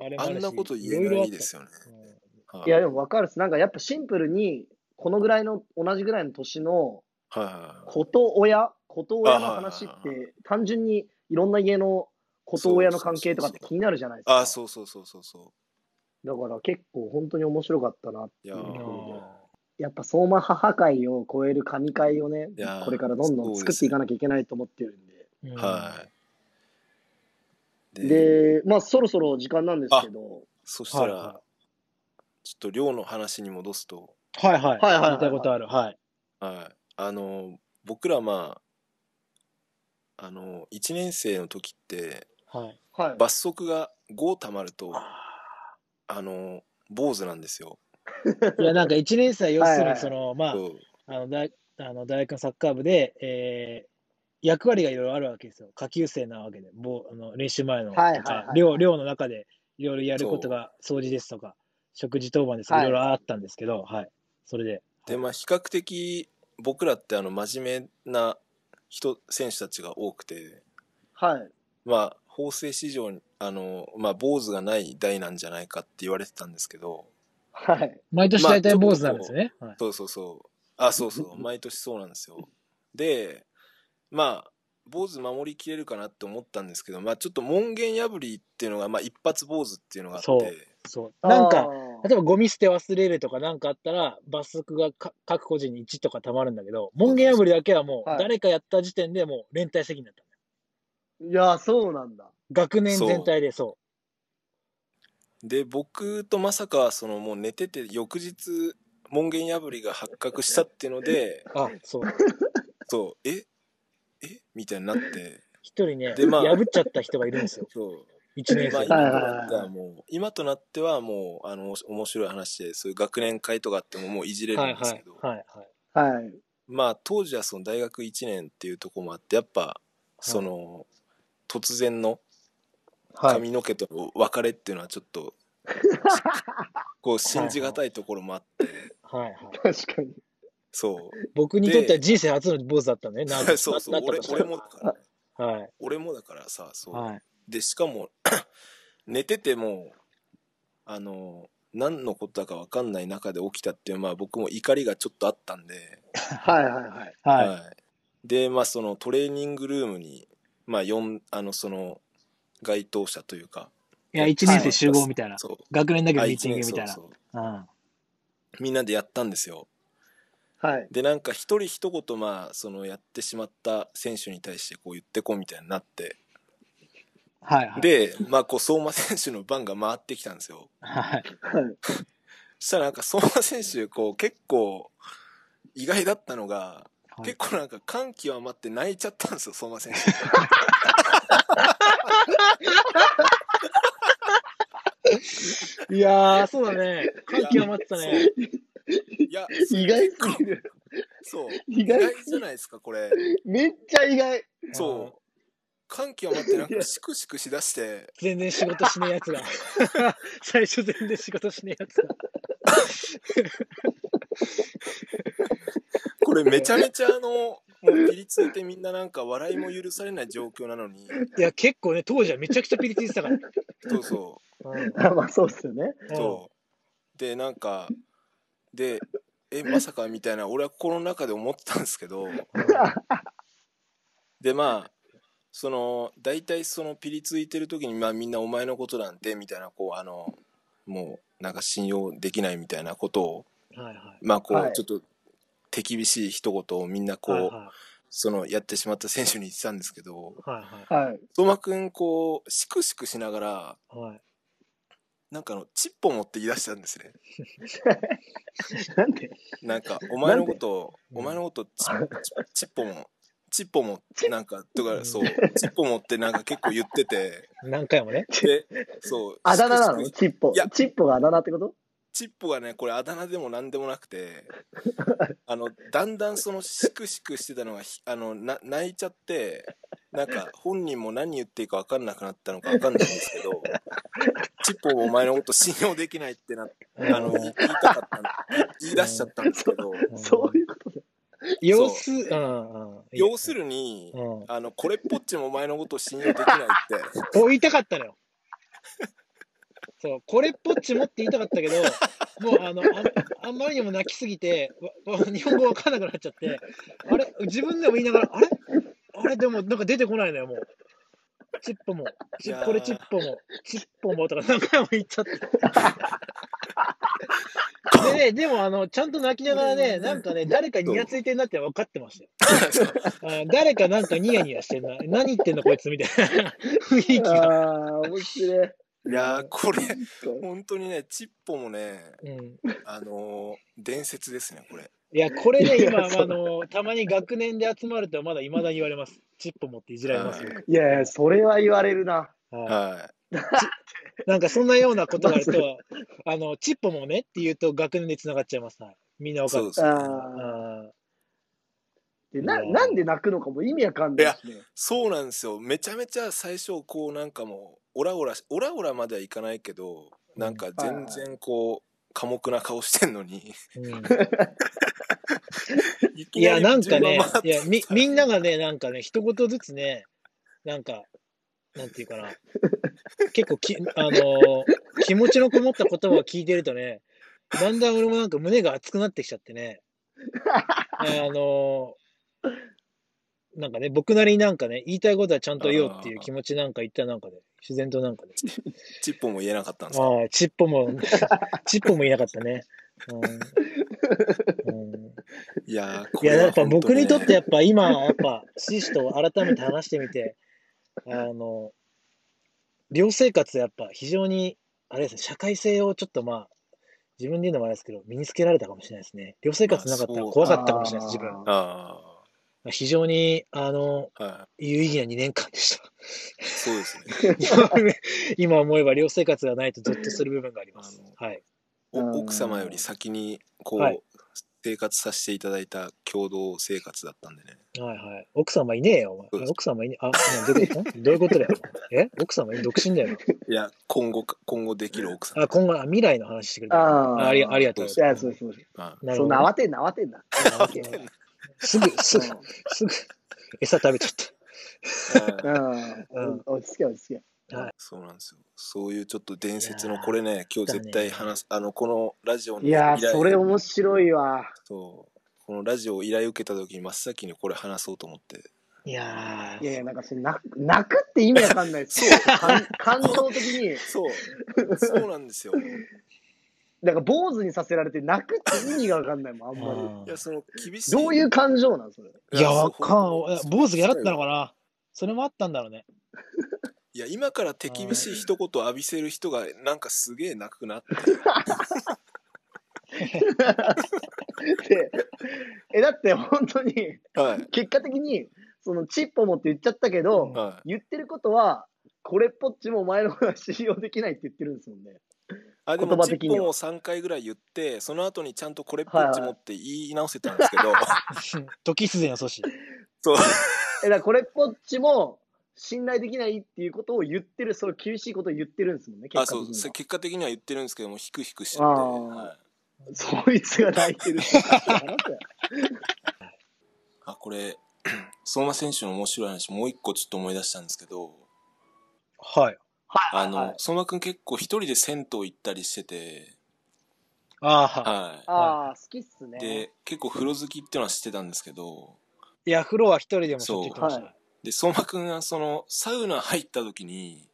B: あれも
D: あ
B: るし
D: んなこと言えないですよね
B: いろいろあったうん
D: はい
C: いや、でもわかるっす。なんかやっぱシンプルに、このぐらいの、同じぐらいの年の、
D: はいはい
C: こと親、こと親の
D: あ
C: 話っ
D: はいはい
C: て、単純にいろんな家のこと親の関係とかって気になるじゃないですか。
D: あそうそうそうそうそ
C: だから結構本当に面白かったなっていう
D: いやー
C: ところで
B: あ
C: やっぱ相馬母会を超える神会をね
D: いやー、
C: これからどんどん作っていかなきゃいけないと思ってるんで。
B: ーうん
D: うはい
C: で、まあそろそろ時間なんですけど、
D: そしたら、
B: はいは
D: ちょっと寮の話に戻すと、
B: はいはい。
C: はいはいはい
B: 言いたいことある。はい。
D: はい、あの僕らまああの1年生の時って
B: はい。
C: はい。
D: 罰則が5たまると
B: あ
D: あの坊主なんですよ。
B: ーいや、なんか一年生は要す
C: はい
B: る
C: は
B: に、
C: い
B: その、まあ、
D: そう
B: あの大あの大学のサッカー部で、えー役割がいろいろあるわけですよ。下級生なわけで、ぼあの練習前の、
C: はいはいはい
B: あ寮寮の中でいろいろやることが掃除ですとか、食事当番ですとか、
C: はい
B: いろいろあったんですけど、はい。それで。
D: でまあ比較的僕らってあの真面目な人選手たちが多くて、
C: はい。
D: まあ、法制史上にあの、まあ、坊主がない代なんじゃないかって言われてたんですけど
C: はい。
B: 毎年
D: まあ
B: 大体
D: ちょっと
B: 坊主なんですね。はい
D: そうそうそうあそうそう毎年そうなんですよ。でまあ坊主守りきれるかなって思ったんですけど、まあ、ちょっと門限破りっていうのが、まあ、一発坊主っていうのがあ
B: そ
D: って
B: そう。なん
C: あ
B: か、
C: ー
B: 例えばゴミ捨て忘れるとかなんかあったら、罰則がか各個人に1とかたまるんだけど、門限破りだけはもう
C: はい、
B: 誰かやった時点でもう連帯責任だったんだよ。
C: いや、そうなんだ。
B: 学年全体でそう。
D: で僕とまさかそのもう寝てて翌日門限破りが発覚したっていうので
B: あ、そう。
D: そうええみたいになって
B: 一人ね、
D: でまあ
B: 破っちゃった人がいるんですよ。
D: そう
B: 一年
D: まあ、
B: 生。
D: 今
C: はい
D: と
C: はい
D: なってはもう今となってはもうあの面白い話でそういう学年会とかあってももういじれ
B: は
D: る
B: い
D: んです
B: は
D: け
B: い
D: ど、
B: はいはい。
C: はい。
D: まあ当時はその大学1年っていうところもあってやっぱその、突然の
B: はい。
D: 髪の毛との別れっていうのはちょっと、こう信じがたいところもあって、
B: はいはい。
C: 確かに。
D: そ
B: 僕にとっては人生初の坊主だったんだよね、な
D: う そうそう
B: なった
D: 俺
B: とした
D: 俺
B: ら
D: もだから
B: はい。
D: 俺もだからさそう、
B: はい。
D: でしかも 寝ててもあの何のことだか分かんない中で起きたっていうまあ僕も怒りがちょっとあったんで、
C: はいはいはい。
B: はい。
D: でまあそのトレーニングルームにまあ四あのその該当者というか
B: いや、一年生集合みたいな。
D: そう
B: 学年だけ
D: あ
B: どミー
D: 一
B: ティン
D: 年
B: グみたいな
D: そう。そう
B: うん
D: みんなでやったんですよ
C: はい。
D: でなんか一人一言まあそのやってしまった選手に対してこう言ってこうみたいになって
B: はいはい。、
D: でまあこう相馬選手の番が回ってきたんですよ
B: はい。
C: はい。
D: したらなんか相馬選手こう結構意外だったのが、
B: はい
D: 結構なんか感極まって泣いちゃったんですよ相馬選手
B: いやー、 そうだね。感極まってたね。
D: いや
C: 意外すぎる。
D: そう
C: 意
D: 意
C: 外
D: 外じゃないですかこれ
C: めっちゃ意外。
D: そう感極まってなんかシクシクしだして
B: 全然仕事しねえやつが。 最初全然仕事しねえやつが。
D: これめちゃめちゃあのもうピリついてみんななんか笑いも許されない状況なのに
B: いや、結構ね、当時はめちゃくちゃピリついてたから。
D: そうそう
B: うん
C: あ まあそうっすよね。
D: そうでなんかでえまさかみたいな俺は心の中で思ってたんですけどでまあその大体そのピリついてる時に、まあ、みんなお前のことなんてみたいなこうあのもうなんか信用できないみたいなことを
B: うんはいはい。
D: まあこう、
C: はい
D: ちょっと手厳しい一言をみんなこう、
B: はいは
D: そのやってしまった選手に言ってたんですけど
B: い。はいはい。
C: はい。
D: 相馬君こうシクシクしながら
B: はい、
D: なんかあのチッポ持って言い出したんですね。
C: なんで
D: な んか、お前のことを、
B: で
D: お前のことをチッ、チッポも、チッポも、なんか、と
B: う
D: か、
B: ん
D: そう、チッポもってなんか結構言っ てて、
B: 何回もね。
D: で、そう、
C: あだ名な
D: し く
C: の
D: しく
C: チッポ
D: いや。
C: チッポがあだ名ってこと
D: チッポがね、これあだ名でもなんでもな くて、あの、だんだんその、シクシクしてたのがひ、あの、な泣いちゃって、なんか本人も何言っていいか分かんなくなったのか分かんないんですけ ど、チッポもお前のこと信用できないってなあの言いたかったの言い出しちゃったんですけど、
B: うん
C: そういうことだ。
B: 要す、うんうん、
D: 要するに、
B: うん、
D: あのこれっぽっちもお前のこと信用できないって、
B: こう言いたかったのよ。そう、これっぽっちもって言いたかったけど、もうあの、ああんまりにも泣きすぎて、わわ日本語わかんなくなっちゃって、あれ自分でも言いながら、あれあれでもなんか出てこないのよ、もう。チッポも、チ
D: いや
B: ッ
D: ー
B: これチッポも、チッポもとか何回も言っちゃって。でね、でもあの、ちゃんと泣きながらね、なんかね、誰かにやついてんなって分かってましたよ。あ誰かなんかニヤニヤしてんな。何言ってんのこいつみたいな雰囲気が。
C: ああ、面白い。
D: いやーこれ本当にねチッポもね
B: うん
D: あのー伝説ですねこれ。
B: いや、これね、
C: いや
B: 今、
C: そ
B: あの、たまに学年で集まると、まだいまだに言われます。チップ持っていじられますよ。
C: いやいや、それは言われるな。
B: は
D: はい。
B: なんか、そんなようなことがあると、あの、チップもねって言うと、学年でつながっちゃいます。はいみんないわか
D: そう
B: る
D: で。すね。
C: ああ。
B: あ
C: でな、なんで泣くのかも意味わかんないしね。
D: そうなんですよ。めちゃめちゃ最初こうなんかもうオラオラしオラオラまではいかないけどなんか全然こう寡黙な顔してんのに。
B: ーうん
D: い
B: いや、なんかね
D: 順番回っ、
B: いや、み、みんながね、なんかね、一言ずつね、なんか、なんていうかな、結構き、あのー気持ちのこもった言葉を聞いてるとね、だんだん俺もなんか胸が熱くなってきちゃって ね、あのーなんかね、僕なりになんかね、言いたいことはちゃんと言おうっていう気持ちなんか言ったらなんかね、自然となんかね、
D: チッポも言えなかったんですか。
B: ああ、チッポも、 チッポもいなかったね。うんうん
D: いやーこ
B: いや、
D: れは
B: やっぱ
D: 本当
B: 僕にとって
D: ね
B: やっぱ今、やっぱ、シシと改めて話してみて、あの、寮生活やっぱ非常に、あれですね、社会性をちょっとまあ、自分で言うのもあれですけど、身につけられたかもしれないですね。寮生活なかったら
D: まあ
B: 怖
D: そ
B: かったかもしれないです、自分。
D: あ
B: 非常に、あの、
D: あは
B: 有意義な2年間で した。
D: いそうですね。
B: 今今思えば寮生活がないとゾッとする部分があります。はい。
D: お
C: うん
D: 奥様より先にこう、
B: はい
D: 生活させていただいた共同生活だったんでね。
B: はいはい。奥様いねえよ、お前
D: そう。です
B: 奥様いねえ。あ、どういうことんどういうことだよ。え奥様い独身だよ。
D: いや今後か今後できる奥さん。
B: あ、今後は未来の話してくれた。あ
C: ああ。
B: あ
C: い
B: りありがとうござい
C: や、
B: ます
C: そう。そうそう。
D: あ
B: なる
C: そ
B: ほ
C: ん
B: ど
C: な慌てんな、慌てんな。
B: すぐ、すぐ、
C: うん
B: すぐ、餌食べちゃっ
D: あ
C: うん。落ち着け、落ち着け。
D: そうなんですよ。そういうちょっと伝説の
B: いやー
D: これね今日絶
B: だね
D: 対話す、あのこのラジオの
C: いやー、
D: 依頼
C: それ面白いわ。
D: そうこのラジオを依頼受けた時に真っ先にこれ話そうと思って。
B: た。いや
C: いやいや、なんかそれ泣く、泣くって意味わかんない。そう。感感情的に、
D: そうそうなんですよ。
C: なんか坊主にさせられて泣くって意味がわかんないもん、あんま
D: いやその厳しい。
C: り。どういう感情なんそ れ。
B: いや、わ
D: そう
B: かん、いや坊主が嫌だったのかなそれもあったんだろうね。
D: いや今から手厳しい一言を浴びせる人がなんかすげえ泣くなって
C: で、え、だって本当に、
D: はい
C: 結果的に、そのチッポもって言っちゃったけど、
D: は
C: 言ってることは、これっぽっちもお前のことは信用できないって言ってるんですもんね。
D: いあで
C: 言
D: も
C: 葉
D: チ
C: 的
D: ッ
C: には
D: ポンを3回ぐらい言ってその後にちゃんとこれっぽっち持って言い直せたんですけど、
B: 時すでの阻止。
D: そう
C: え、だからこれっぽっちも信頼できないっていうことを言ってる、その厳しいことを言ってるんですもん ね、結
D: あ
C: 果
D: そ
C: 的
D: う
C: に
D: そ
C: は
D: う。結果的には言ってるんですけどもひくひくしちゃ
C: あ
D: って、
C: ー
D: はい
C: そいつが泣いてるって話だよ。
D: あこれ 相馬選手の面白い話もう一個ちょっと思い出したんですけど
B: はい。
D: あ
C: はい
D: の、
C: はいはい。
D: 相馬くん結構一人で銭湯行ったりしてて、
B: ああ、
D: は
C: ああ、好きっす
D: い、
C: ね。
D: で結構風呂好きっていうのは知ってたんですけど
B: いや、風呂は一人でもしょっちゅう行ってましたね。
D: で相馬くんがそのサウナ入った時に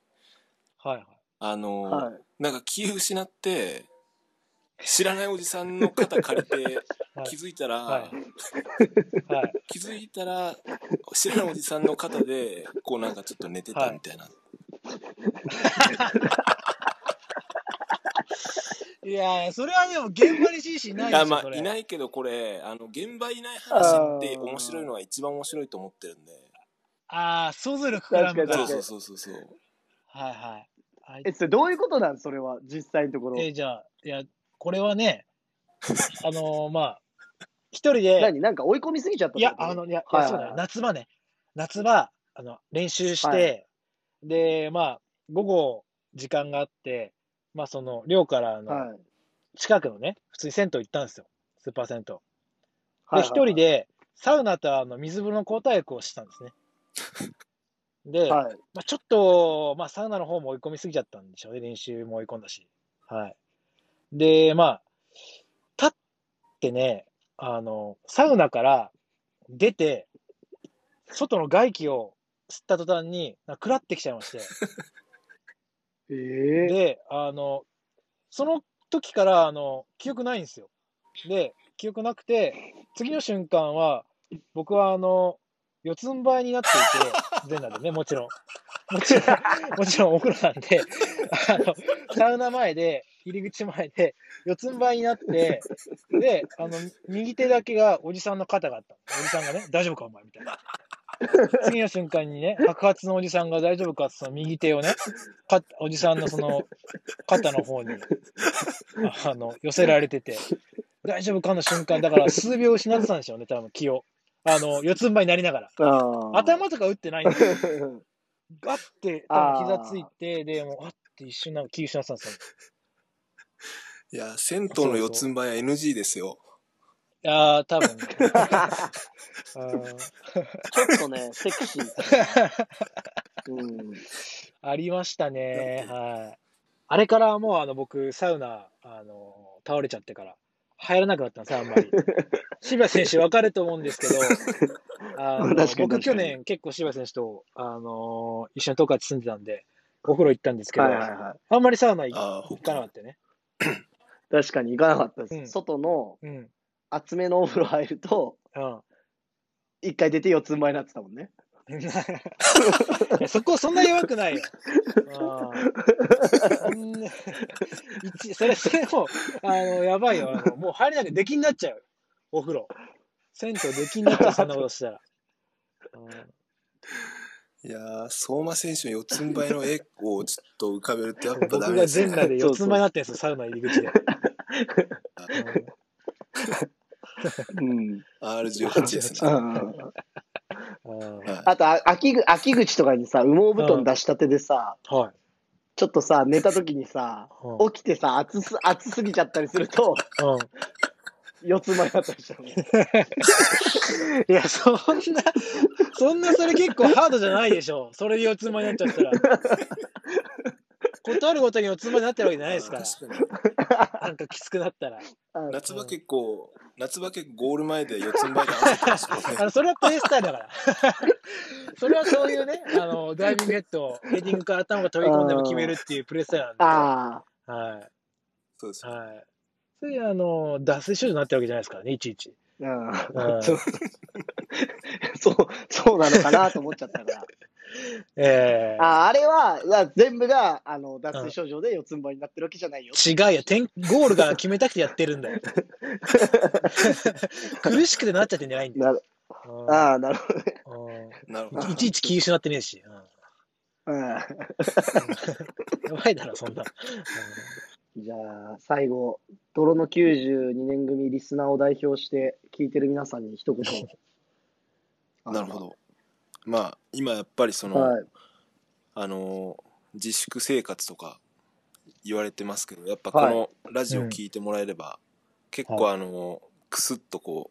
B: はいはい。
D: あの、
C: はい。
D: なんか気を失って知らないおじさんの肩借りて
B: はい
D: 気づいたら、
B: はいはい。
D: 気づいたら知らないおじさんの肩でこうなんかちょっと寝てたみたいな、
B: いやそれはでも現場にシーシーいない
D: い
B: でし
D: や
B: ょ、
D: ま
B: そ
D: あ
B: れ
D: いないけどこれあの現場いない話って面白いのは一番面白いと思ってるんで
B: ああ、想像力絡む
C: ー
B: か
D: そ
B: ら。
D: うそうそうそうそう
B: はいはい。あい
C: え、それどういうことなんそれは、実際のところ。
B: えーじゃあ、いや、これは ね、あのーまあ、一人で、
C: 何なんか追い込みすぎちゃったっ
B: い
C: てこ
B: や
C: と、
B: あの、いや、い
C: は
B: や
C: いはい
B: そうだよ、夏場ね。夏場、あの、練習して、
C: は
B: で、まあ、午後、時間があって、まあ、その、寮から、あの、
C: はい。
B: 近くのね、普通に銭湯行ったんですよ。スーパー銭湯。で、
C: はい
B: 一人。で、サウナとあの水風呂の交代浴をしたんですね。 で、
C: はい。
B: まあ、ちょっと、まあ、サウナの方も追い込みすぎちゃったんでしょうね。練習も追い込んだし。はい。で、まあ、立ってね、あの、サウナから出て、外の外気を吸った途端に、なんか食らってきちゃいまして。
C: ええ
B: で、あの、その時から、あの、記憶ないんですよ。で、記憶なくて、次の瞬間は、僕は、あの、四つん這いになっていて、全裸でね、もちろん。もちろん、もちろんお風呂なんで、あの、サウナ前で、入り口前で、四つん這いになって、で、あの、右手だけがおじさんの肩があった。おじさんがね、大丈夫かお前みたいな。次の瞬間にね、白髪のおじさんが大丈夫かってその右手をね、かおじさんのその肩の方に、あの、寄せられてて、大丈夫かの瞬間、だから数秒失ってたんでしょうね、多分気を。あの、四つん這いになりながら。
C: ああ。
B: 頭とか打ってないんだけどガッて、多分膝ついて、で、もう、あって一瞬なんか気を失ってたんですよ。
D: いや、銭湯の四つん這いは NG ですよ。
B: いやー、多分ね。
C: ち
B: あー
C: ょっとね、セクシー。 うん。
B: ありましたね。はい。あれからもう、あの、僕、サウナ、あの、倒れちゃってから、入らなくなったんですよ、あんま り。渋谷選手、分かると思うんですけど、あの
C: 確かに確かに
B: 僕、去年、結構渋谷選手と、あの、一緒に東海地住んでたんで、お風呂行ったんですけど、
C: はいはいは
B: あんまりサウナ行
D: ああ、ほ
B: かなかったよね。
C: い。確かに行かなかったです。
B: うん
C: 外の
B: うん。
C: 厚めのお風呂入ると、
B: うん。
C: 一回出て四つん這いになってたもんね。
B: いやそこそんな弱くないよ。うんそんな一それそれもうあのやばいよあの。もう入れなきゃ出禁になっちゃうよ。お風呂。銭湯出禁になっちゃう、そんなことしたら。うん
D: いやー、相馬選手の四つん這いの絵をちょっと浮かべるってやっぱダ
B: 僕
D: メ
B: が
D: です
B: 全
D: ね。
B: 裸で四つん這いになってんすよ、サウナ入り口で。
C: うん。
D: R18 です
C: う
D: ね。
C: ん
B: うんうん
D: は
C: あと、あ秋ぐ秋口とかにさ、羽毛布団出したてでさ、
B: はい。
C: ちょっとさ、寝た時にさ、
B: うん
C: 起きてさ、暑す、暑すぎちゃったりすると、
B: うん
C: 四つん這いになったりした もんね。
B: いや、そんな、そんなそれ結構ハードじゃないでしょ。それで四つん這いになっちゃったら。ことあるごとに四つん這いになってるわけじゃないですから。
D: 確かに
B: なんかきつくなったら。
C: うん
D: 夏場結構、夏場結構ゴール前で四つん這いで汗かいてますもん
B: あ
D: ね。
B: のそれはプレイスタイルだから。 それはそういうね、あのダイビングヘッドをヘディングから頭が飛び込んでも決めるっていうプレイスタイルなんで。
C: あ
B: はい。
D: そうですよ。
B: はい。それであの、脱水症状になってるわけじゃないですからね、いちいち。
C: あ、
B: う
C: うん ん。そう、そうそうなのかなと思っちゃ ったから。
B: ええ
C: ああれは、いや全部が、あの、脱水症状で四つん這いになってるわけじゃないよ。
B: 違うよ、点ゴールが決めたくてやってるんだよ。苦しくてなっちゃってんじゃないんだよ。
C: なる
B: うん
C: ああ、なるほどね。
B: うん
D: なるほ
C: あ
D: ど。
B: いちいち気失ってねえし。う
C: うん
B: やばいだろ、そんな。
C: ん。じゃあ、最後、泥の92年組リスナーを代表して、聞いてる皆さんに一言。
D: なるほど。まあ、今やっぱりその、
C: はい。
D: あのー自粛生活とか言われてますけどやっぱこのラジオ聞いてもらえれば、結構あのークスッとこ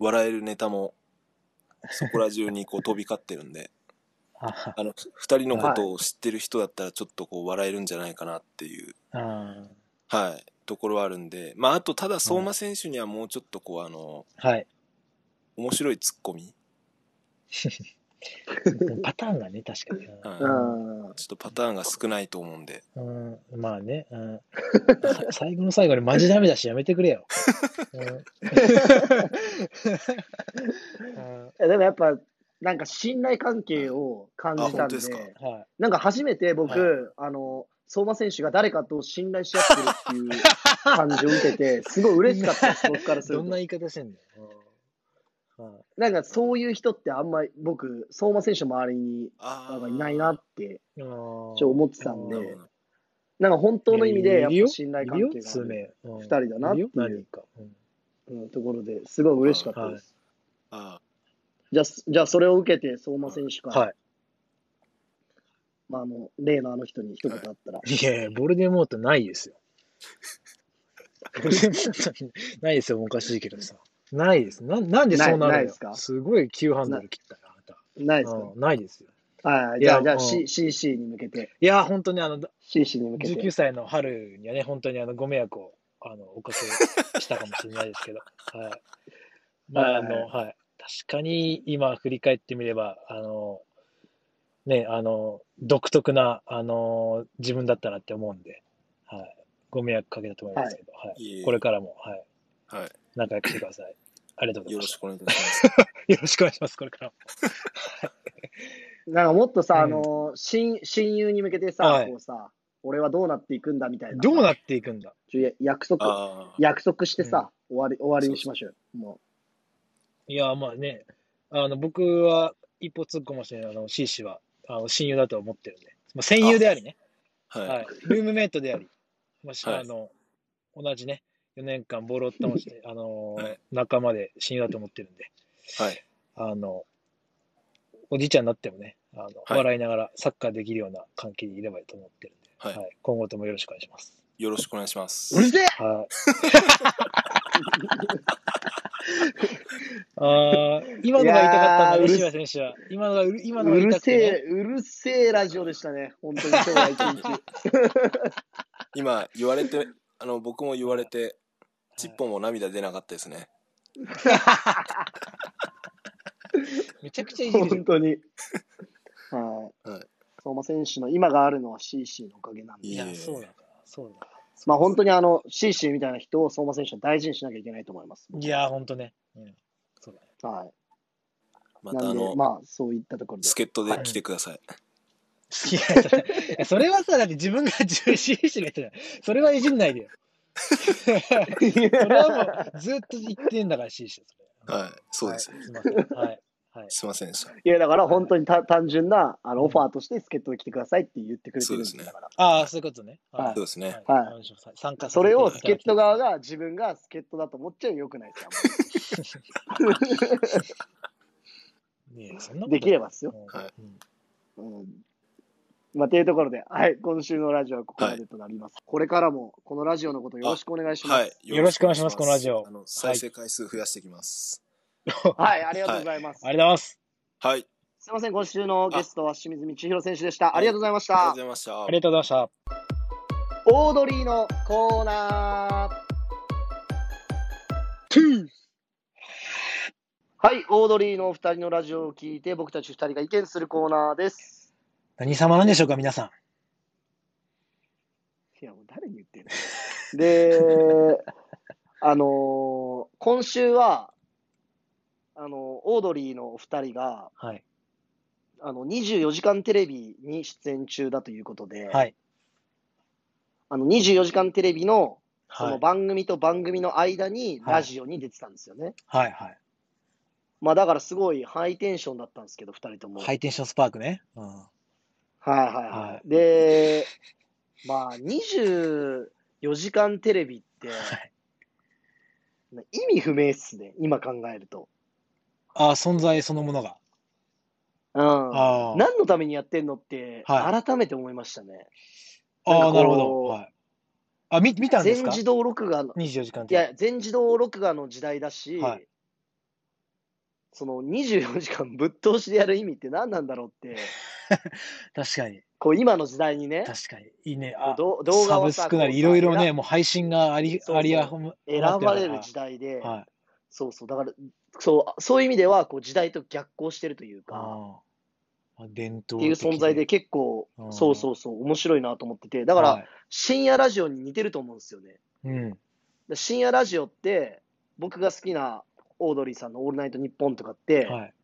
D: う笑えるネタもそこら中にこう飛び交ってるんで
B: あ
D: あの2人のことを知ってる人だったらちょっとこう笑えるんじゃないかなっていう、
B: あ
D: はい、ところはあるんで、まあ、あとただ相馬選手にはもうちょっとこうあの
B: はい。
D: 面白いツッコミ、
B: パターンがね、確かに。
D: はい
C: うん。
D: ちょっとパターンが少ないと思うんで
B: うん、まあね、うん、さ 最後の最後にマジダメだしやめてくれよ。うんうん
C: いやでもやっぱ、なんか信頼関係を感じ
D: あ
C: た
D: 本
C: ん
D: 当
C: で、
D: ですか
B: は
C: なんか初めて僕、
B: はい
C: あの、相馬選手が誰かと信頼し合ってるっていう感じを受 けて、すごい嬉しかったです、僕から
B: い、
C: する
B: ど
C: と。
B: んな
C: な
B: 言い方してんの、うんはい
C: んかそういう人ってあんまり僕、相馬選手の周りに
D: あ
C: なんか
D: ー
C: いないなって、
B: あー
C: ちょ思ってたん
D: な
C: で
D: るほど
C: なんか本当の意味でやっ
B: いるよ
C: ぱ信頼関
B: いる
C: 係
B: よ
C: があ
B: 数
C: る、
B: 名。うん
C: 二人だなってい
B: るよ
C: う
B: 何人か、うん
C: うんところですごい嬉しかったです。
D: あー
C: じゃあ、じゃあそれを受けて、相馬選手から、
B: は
C: まあ、あの例のあの人に一言あったら、
B: い。いやいや、ボルデモートないですよ。 ボルデモートないですよ、おかしいけどさ。ないです。ななんでそうなる
C: ないない
B: ん
C: ですか
B: すごい急ハンドル切ったな、あなた。
C: ないですか
B: うんないですよ。
C: はい、
B: い
C: じゃ
B: や
C: あ、じゃあ、
B: うん
C: C- CC に向けて、
B: いや、本当にあの、
C: CC に向け
B: 19
C: て、
B: 歳の春にはね、本当にあのご迷惑をあのおかけしたかもしれないですけど、 はい。まあ、あの、はい。確かに今振り返ってみれば、あの、ね、あの、独特な、あの、自分だったなって思うんで、はい。ご迷惑かけたと思いますけど、はい。
D: いえいえ
B: これからも、はい。
D: は
B: 仲良くしてください。ありがとうござい
D: い。よ
B: ま
D: ろ
B: し。
D: したくお願いいたします。
B: よろしくお願いします、これからも。
C: なんかもっとさ、
B: うん
C: あの親、親友に向けてさ、
B: はい
C: こうさ、俺はどうなっていくんだみたいなさ、
B: どうなっていくんだ
C: ちょや約束、
D: ああ。
C: 約束してさ、終わり終わりにしましょうよ。も
B: いや、まあね、あの、僕は一歩突っ込まして、あの、C 氏は、あの、親友だと思ってるんで、まあ、戦友でありね、
D: は。
B: はいい、ルームメイトであり、まあし、
D: はい
B: あの、同じね、4年間ボールを倒 して、あのー
D: はい
B: 仲間で親友だと思ってるんで、
D: はい。
B: あの、おじいちゃんになってもね、あの、
D: はい
B: 笑いながらサッカーできるような関係にいればいいと思ってるんで、
D: はい
B: はい、今後ともよろしくお願いします。
D: よろしくお願いします
C: う、う。るせ え
B: はい。あー今のが言いたかったんだね、
C: いやーうる
B: 渋谷選手は。今のがうる、今の
C: う
B: が言い
C: る
B: たく
C: せ
B: て、
C: え
B: ね。、
C: うるせえラジオでしたね、本当に今日は一 日。
D: 今言われて、あの僕も言われて、チッポも涙出なかったですね。
B: めちゃくちゃいじるじゃん
C: 本。当に。はい。
D: はい
C: 相馬選手の今があるのは CC のおかげなんで。
B: い
D: い
B: や、
D: え
B: そうだから、そうだ。
C: まあ本当にあの CC みたいな人を相馬選手は大事にしなきゃいけないと思います。
B: いやー、ほんとね。うん。そうだね。
C: は
D: ま
C: い。な
D: たあ
C: んで
D: の、、
C: まあそういったところで。
D: 助っ人で来てください。
B: いや、それいやそれはさ、だって自分が重視してるやつだよそれはいじんないでよ。それ はもう、ずっと言ってんだから、C 氏。
D: はい。そうです。
B: はい。すいません。はい。はい。
D: すいませんでした。
C: いやだから本当にた単純なあのオファーとして助っ人で来てくださいって言ってくれてるんです
D: そうですね
C: だから。
B: ああ、そういうことね。
C: はい
D: そうですね。
C: はい
B: お願いします参加さ
C: そ
B: せていただ
C: れを
B: きたい
C: 助っ人側が自分が助っ人だと思っちゃよくないですよ
B: ねえそんなこと
C: できればですよ。
B: うん
D: はい
B: うん
C: うんまあ、というところで、はい、今週のラジオはここまでとなります。これからもこのラジオのことよろしくお願いします。
D: はい。
B: よろしくお願いしますこのラジオ
D: あの再生回数増やしていきます。
C: はい、ありがとうございます。
B: ありがとうございます。
D: はい。
C: すみません、今週のゲストは清水道弘選手でした。
D: あ
C: ありがとうございまし
D: ありがとう
C: た
D: ご。ざいました
B: あ。りがとうございました。
C: オードリーのコーナー。はい、オードリーのお二人のラジオを聞いて、僕たち二人が意見するコーナーです。
B: 何様なんでしょうか、皆さん。
C: いや、もう誰に言ってんので、あのー今週は、あのーオードリーのお二人が、
B: はい。
C: あの、24時間テレビに出演中だということで、
B: はい。
C: あの、24時間テレビの、そ
B: は
C: の
B: い。
C: 番組と番組の間に
B: はい
C: ラジオに出てたんですよね。
B: はい。はい。
C: まあだからすごいハイテンションだったんですけど、2人とも。
B: ハイテンションスパークね。うん。は
C: はいはいはい。
B: は
C: で、まあ24時間テレビって
B: い。
C: 意味不明っすね、今考えると。
B: ああ、存在そのものが。
C: うん。
B: ああ。
C: 何のためにやってんのって
B: は
C: 改めて思いましたね。
B: あ
C: なん
B: あ、
C: かこう
B: なるほど。はい。あ、見、見たんです
C: 全
B: か
C: 自動録画の、
B: ?24 時間
C: い
B: テレ
C: や、全自動録画の時代だし、
B: はい
C: その24時間ぶっ通しでやる意味って何なんだろうって、
B: ビ。確かに。
C: こう今の時代にね、
B: 確かに。いいね。
C: こ
B: あ
C: う、ど動画
B: サ
C: を
B: ブ
C: さ
B: スクなり、
C: こう
B: いろいろ
C: さ
B: ね、もう配信があり、
C: そうそう
B: ありあふま
C: 選
B: なってる
C: ば
B: から
C: れる時代で、
B: はい。
C: そうそう、だから、そうそういう意味ではこう時代と逆行してるというか、
B: ああ。伝統
C: っていう存在で結構
B: う、ん
C: そうそうそう、面白いなと思ってて、
B: だ
C: だから、深夜ラジオに似てると思うんですよね。
B: うん。
C: だ深夜ラジオって、僕が好きなオードリーさんの「オールナイトニッポン」とかって、
B: はい。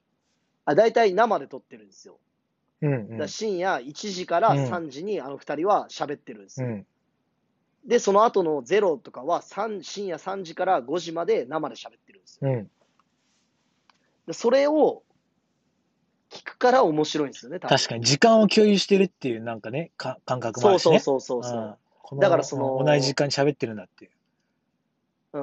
C: あ大体生で撮ってるんですよ。
B: うん
C: だ
B: う
C: から
B: ん。
C: 深夜1時から
B: うん
C: 3時にあの2人は喋ってるんです
B: う
C: よ。
B: ん。
C: で、その後の「ゼロとかは3深夜3時から5時まで生で喋ってるんですよ。
B: うん。
C: でそれを聞くから面白いんですよね、多分
B: 確かに、時間を共有してるっていう、なんかね、か感覚もあ
C: そ
B: る
C: う
B: し
C: そう
B: ね。
C: そうそうそ
B: うん
C: う、
B: この
C: だからその
B: うん同じ時間に喋ってるんだっていう。
C: うん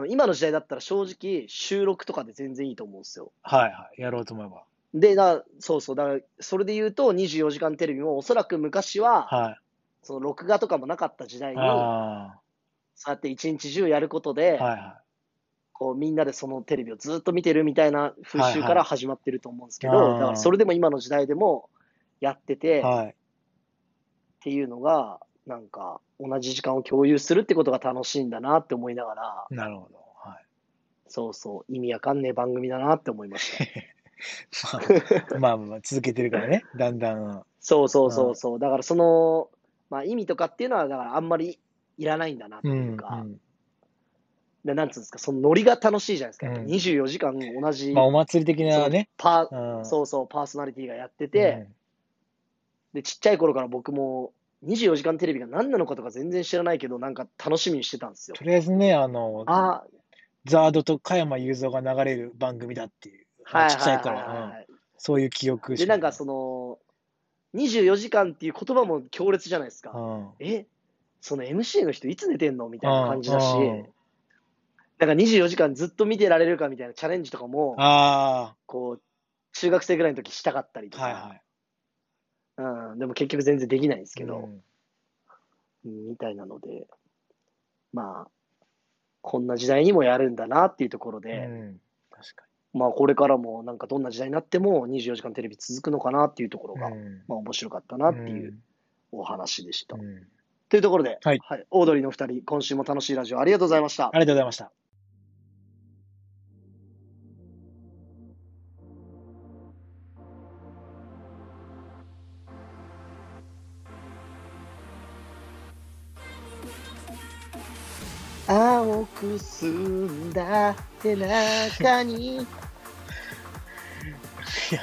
C: 今の時代だったら正直収録とかで全然いいと思うんですよ。
B: はいはい。やろうと思えば。
C: で、だそうそう、だから、それで言うと、24時間テレビもおそらく昔は、
B: はい。
C: その録画とかもなかった時代に、
B: あ
C: そうやって一日中やること
B: あ。
C: で、
B: はいは
C: こうみんなでそのテレビをずっと見てるみたいな風習か
B: はいは
C: ら
B: い
C: 始まってると思うんですけど、
B: あー
C: だからそれでも今の時代でもやってて、
B: い。はい。
C: っていうのが、なんか、同じ時間を共有するってことが楽しいんだなって思いながら、
B: なるほど。はい。
C: そうそう、意味わかんねえ番組だなって思いました。
B: まあ、まあまあ、続けてるからね。だんだん。
C: そうそうそうそう、だからその、まあ、意味とかっていうのは、だからあんまりいらないんだなって
B: う
C: いうか、
B: ん。
C: でなんつうんですか、そのノリが楽しいじゃないですか、
B: うん
C: 24時間同
B: う
C: じ、
B: ん、まあ、お祭り的
C: そ
B: な
C: の
B: ね。
C: パ
B: うん。
C: そうそう、パーソナリティがやって
B: うん
C: て、で、ちっちゃい頃から僕も24時間テレビが何なのかとか全然知らないけど、なんか楽しみにしてたんですよ
B: と。りあえずね、あの、
C: あ
B: ザードと加山雄三が流れる番組だっていう。
C: はいはい
B: ちっちゃい
C: はい
B: 頃
C: はいはい、
B: そういう記憶し
C: で、
B: か
C: なんかその、24時間っていう言葉も強烈じゃないですか。
B: うん。
C: えその MC の人いつ寝てんのみたいな感じだし、
B: うん
C: なんか24時間ずっと見てられるかみたいなチャレンジとかも、
B: あ
C: こう、中学生ぐらいの時したかったりと
B: あ、
C: か、
B: はいはい。
C: うん、でも結局全然できないんですけど、
B: うん
C: うんみたいなので、まあ、こんな時代にもやるんだなっていうところで、
B: うん確か
C: まあこれからもなんかどんな時代になっても24時間テレビ続くのかなっていうところが、
B: に。うん
C: まあ面白かったなっていう。お話でした。
B: うんうん
C: というところで、
B: はい
C: オードリーのお二人、今週も楽しいラジオありがとうございました
B: あ。りがとうございました。
C: 青く澄んだ背中に。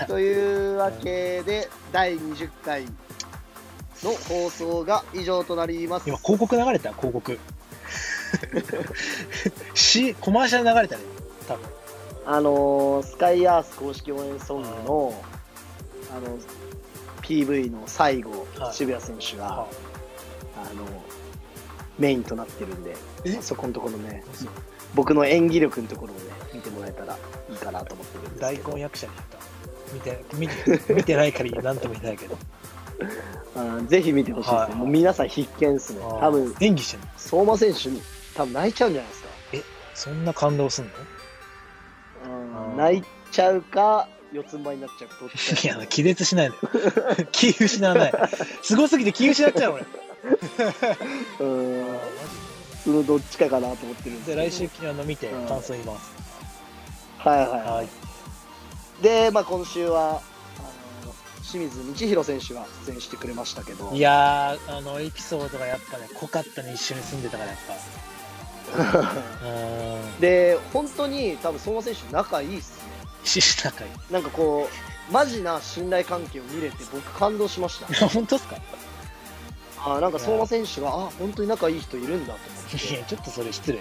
C: というわけで、第20回の放送が以上となります。
B: 今、広告流れた広告。し、コマーシャル流れたね。多分。
C: あのースカイアース公式応援ソングの、あの、PV の最後、
B: はい
C: 渋谷選手が、
B: は
C: あの、メインとなってるんで、
B: え
C: そこのところね、
B: そう
C: 僕の演技力のところをね、見てもらえたらいいかなと思ってるんです
B: 大
C: けど
B: 根、役者になった。見て、見て、見てないからなんとも言えないけど。
C: うんぜひ見てほしいですね。
B: はい
C: もう皆さん必見ですね。
B: あー
C: 多分、
B: 演技してるの
C: 相馬選手に多分泣いちゃうんじゃないですか。
B: そんな感動 すんの
C: うん
B: あー
C: 泣いちゃうか、四つん這いになっちゃうか、どっち
B: い
C: か。
B: や、気絶しないのよ。 気失わない。すごすぎて気失っちゃう俺。
C: うんそのどっちかかなと思ってるんですけ
B: で、
C: ど
B: 来週、あの、見て
C: うん、
B: 感想言います。
C: はいはいはい。
B: はい。
C: で、まあ、今週はあの清水道弘選手が出演してくれましたけど、
B: いやーあのエピソードがやっぱね濃かったね一緒に住んでたからやっ ぱうーん
C: で本当に多分相馬選手、仲いいっすね、
B: 石高い
C: なんかこう、マジな信頼関係を見れて、僕、感動しま し た、
B: 本当っすかい
C: あーなんか相馬選手が、あ本当に仲いい人いるんだ
B: やちょっとそれ失礼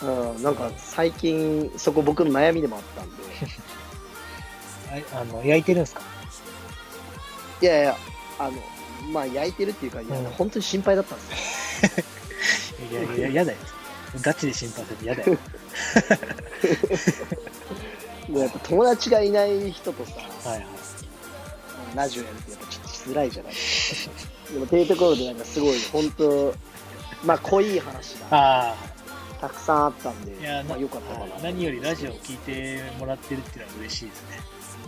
C: と思って、うん、なんか最近、そこ、僕の悩みでもあったんで、
B: ああの焼いてるんすか
C: いやいや、あのまあ、焼いてるっていうか、いや
B: うん
C: 本当に心配だったんですよ。
B: いや いややだよガチで心配するやだよ
C: もうやっぱ友達がいない人とさ、
B: はいはい
C: ラジオやるってやっぱちょっとしづら いじゃないですか。でもっていうところでなんかすごい本当まあ濃い話が
B: あ
C: たくさんあったん
B: あ
C: で、
B: いや
C: ま
B: な
C: あ良かったかな。い
B: 何よりラジオを聞いてもらってるっていうのは嬉しいですね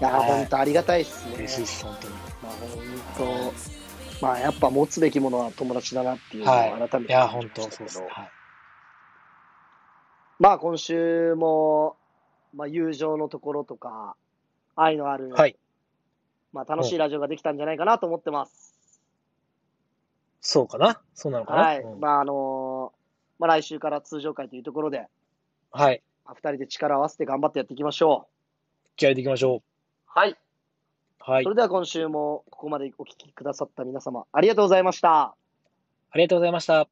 C: や本当ありがたいですね。
B: 嬉しいです本当に
C: まあ本当まあやっぱ持つべきものは友達だなっていうのを改めて、
B: いや本当そうですはい
C: まあ今週もまあ友情のところとか愛のある、
B: はい
C: まあ楽しいラジオができたんじゃないかなと思ってます。
B: そうかなそうなのかな
C: はい、
B: うん
C: まああのまあ来週から通常会というところで。
B: はい
C: まあ二人で力を合わせて頑張ってやっていきましょ
B: 気合いでいきましょ
C: う。はい。
B: うはい
C: それでは今週もここまでお聞きくださった皆様、ありがとうございまし
B: あ
C: た。
B: りがとうございました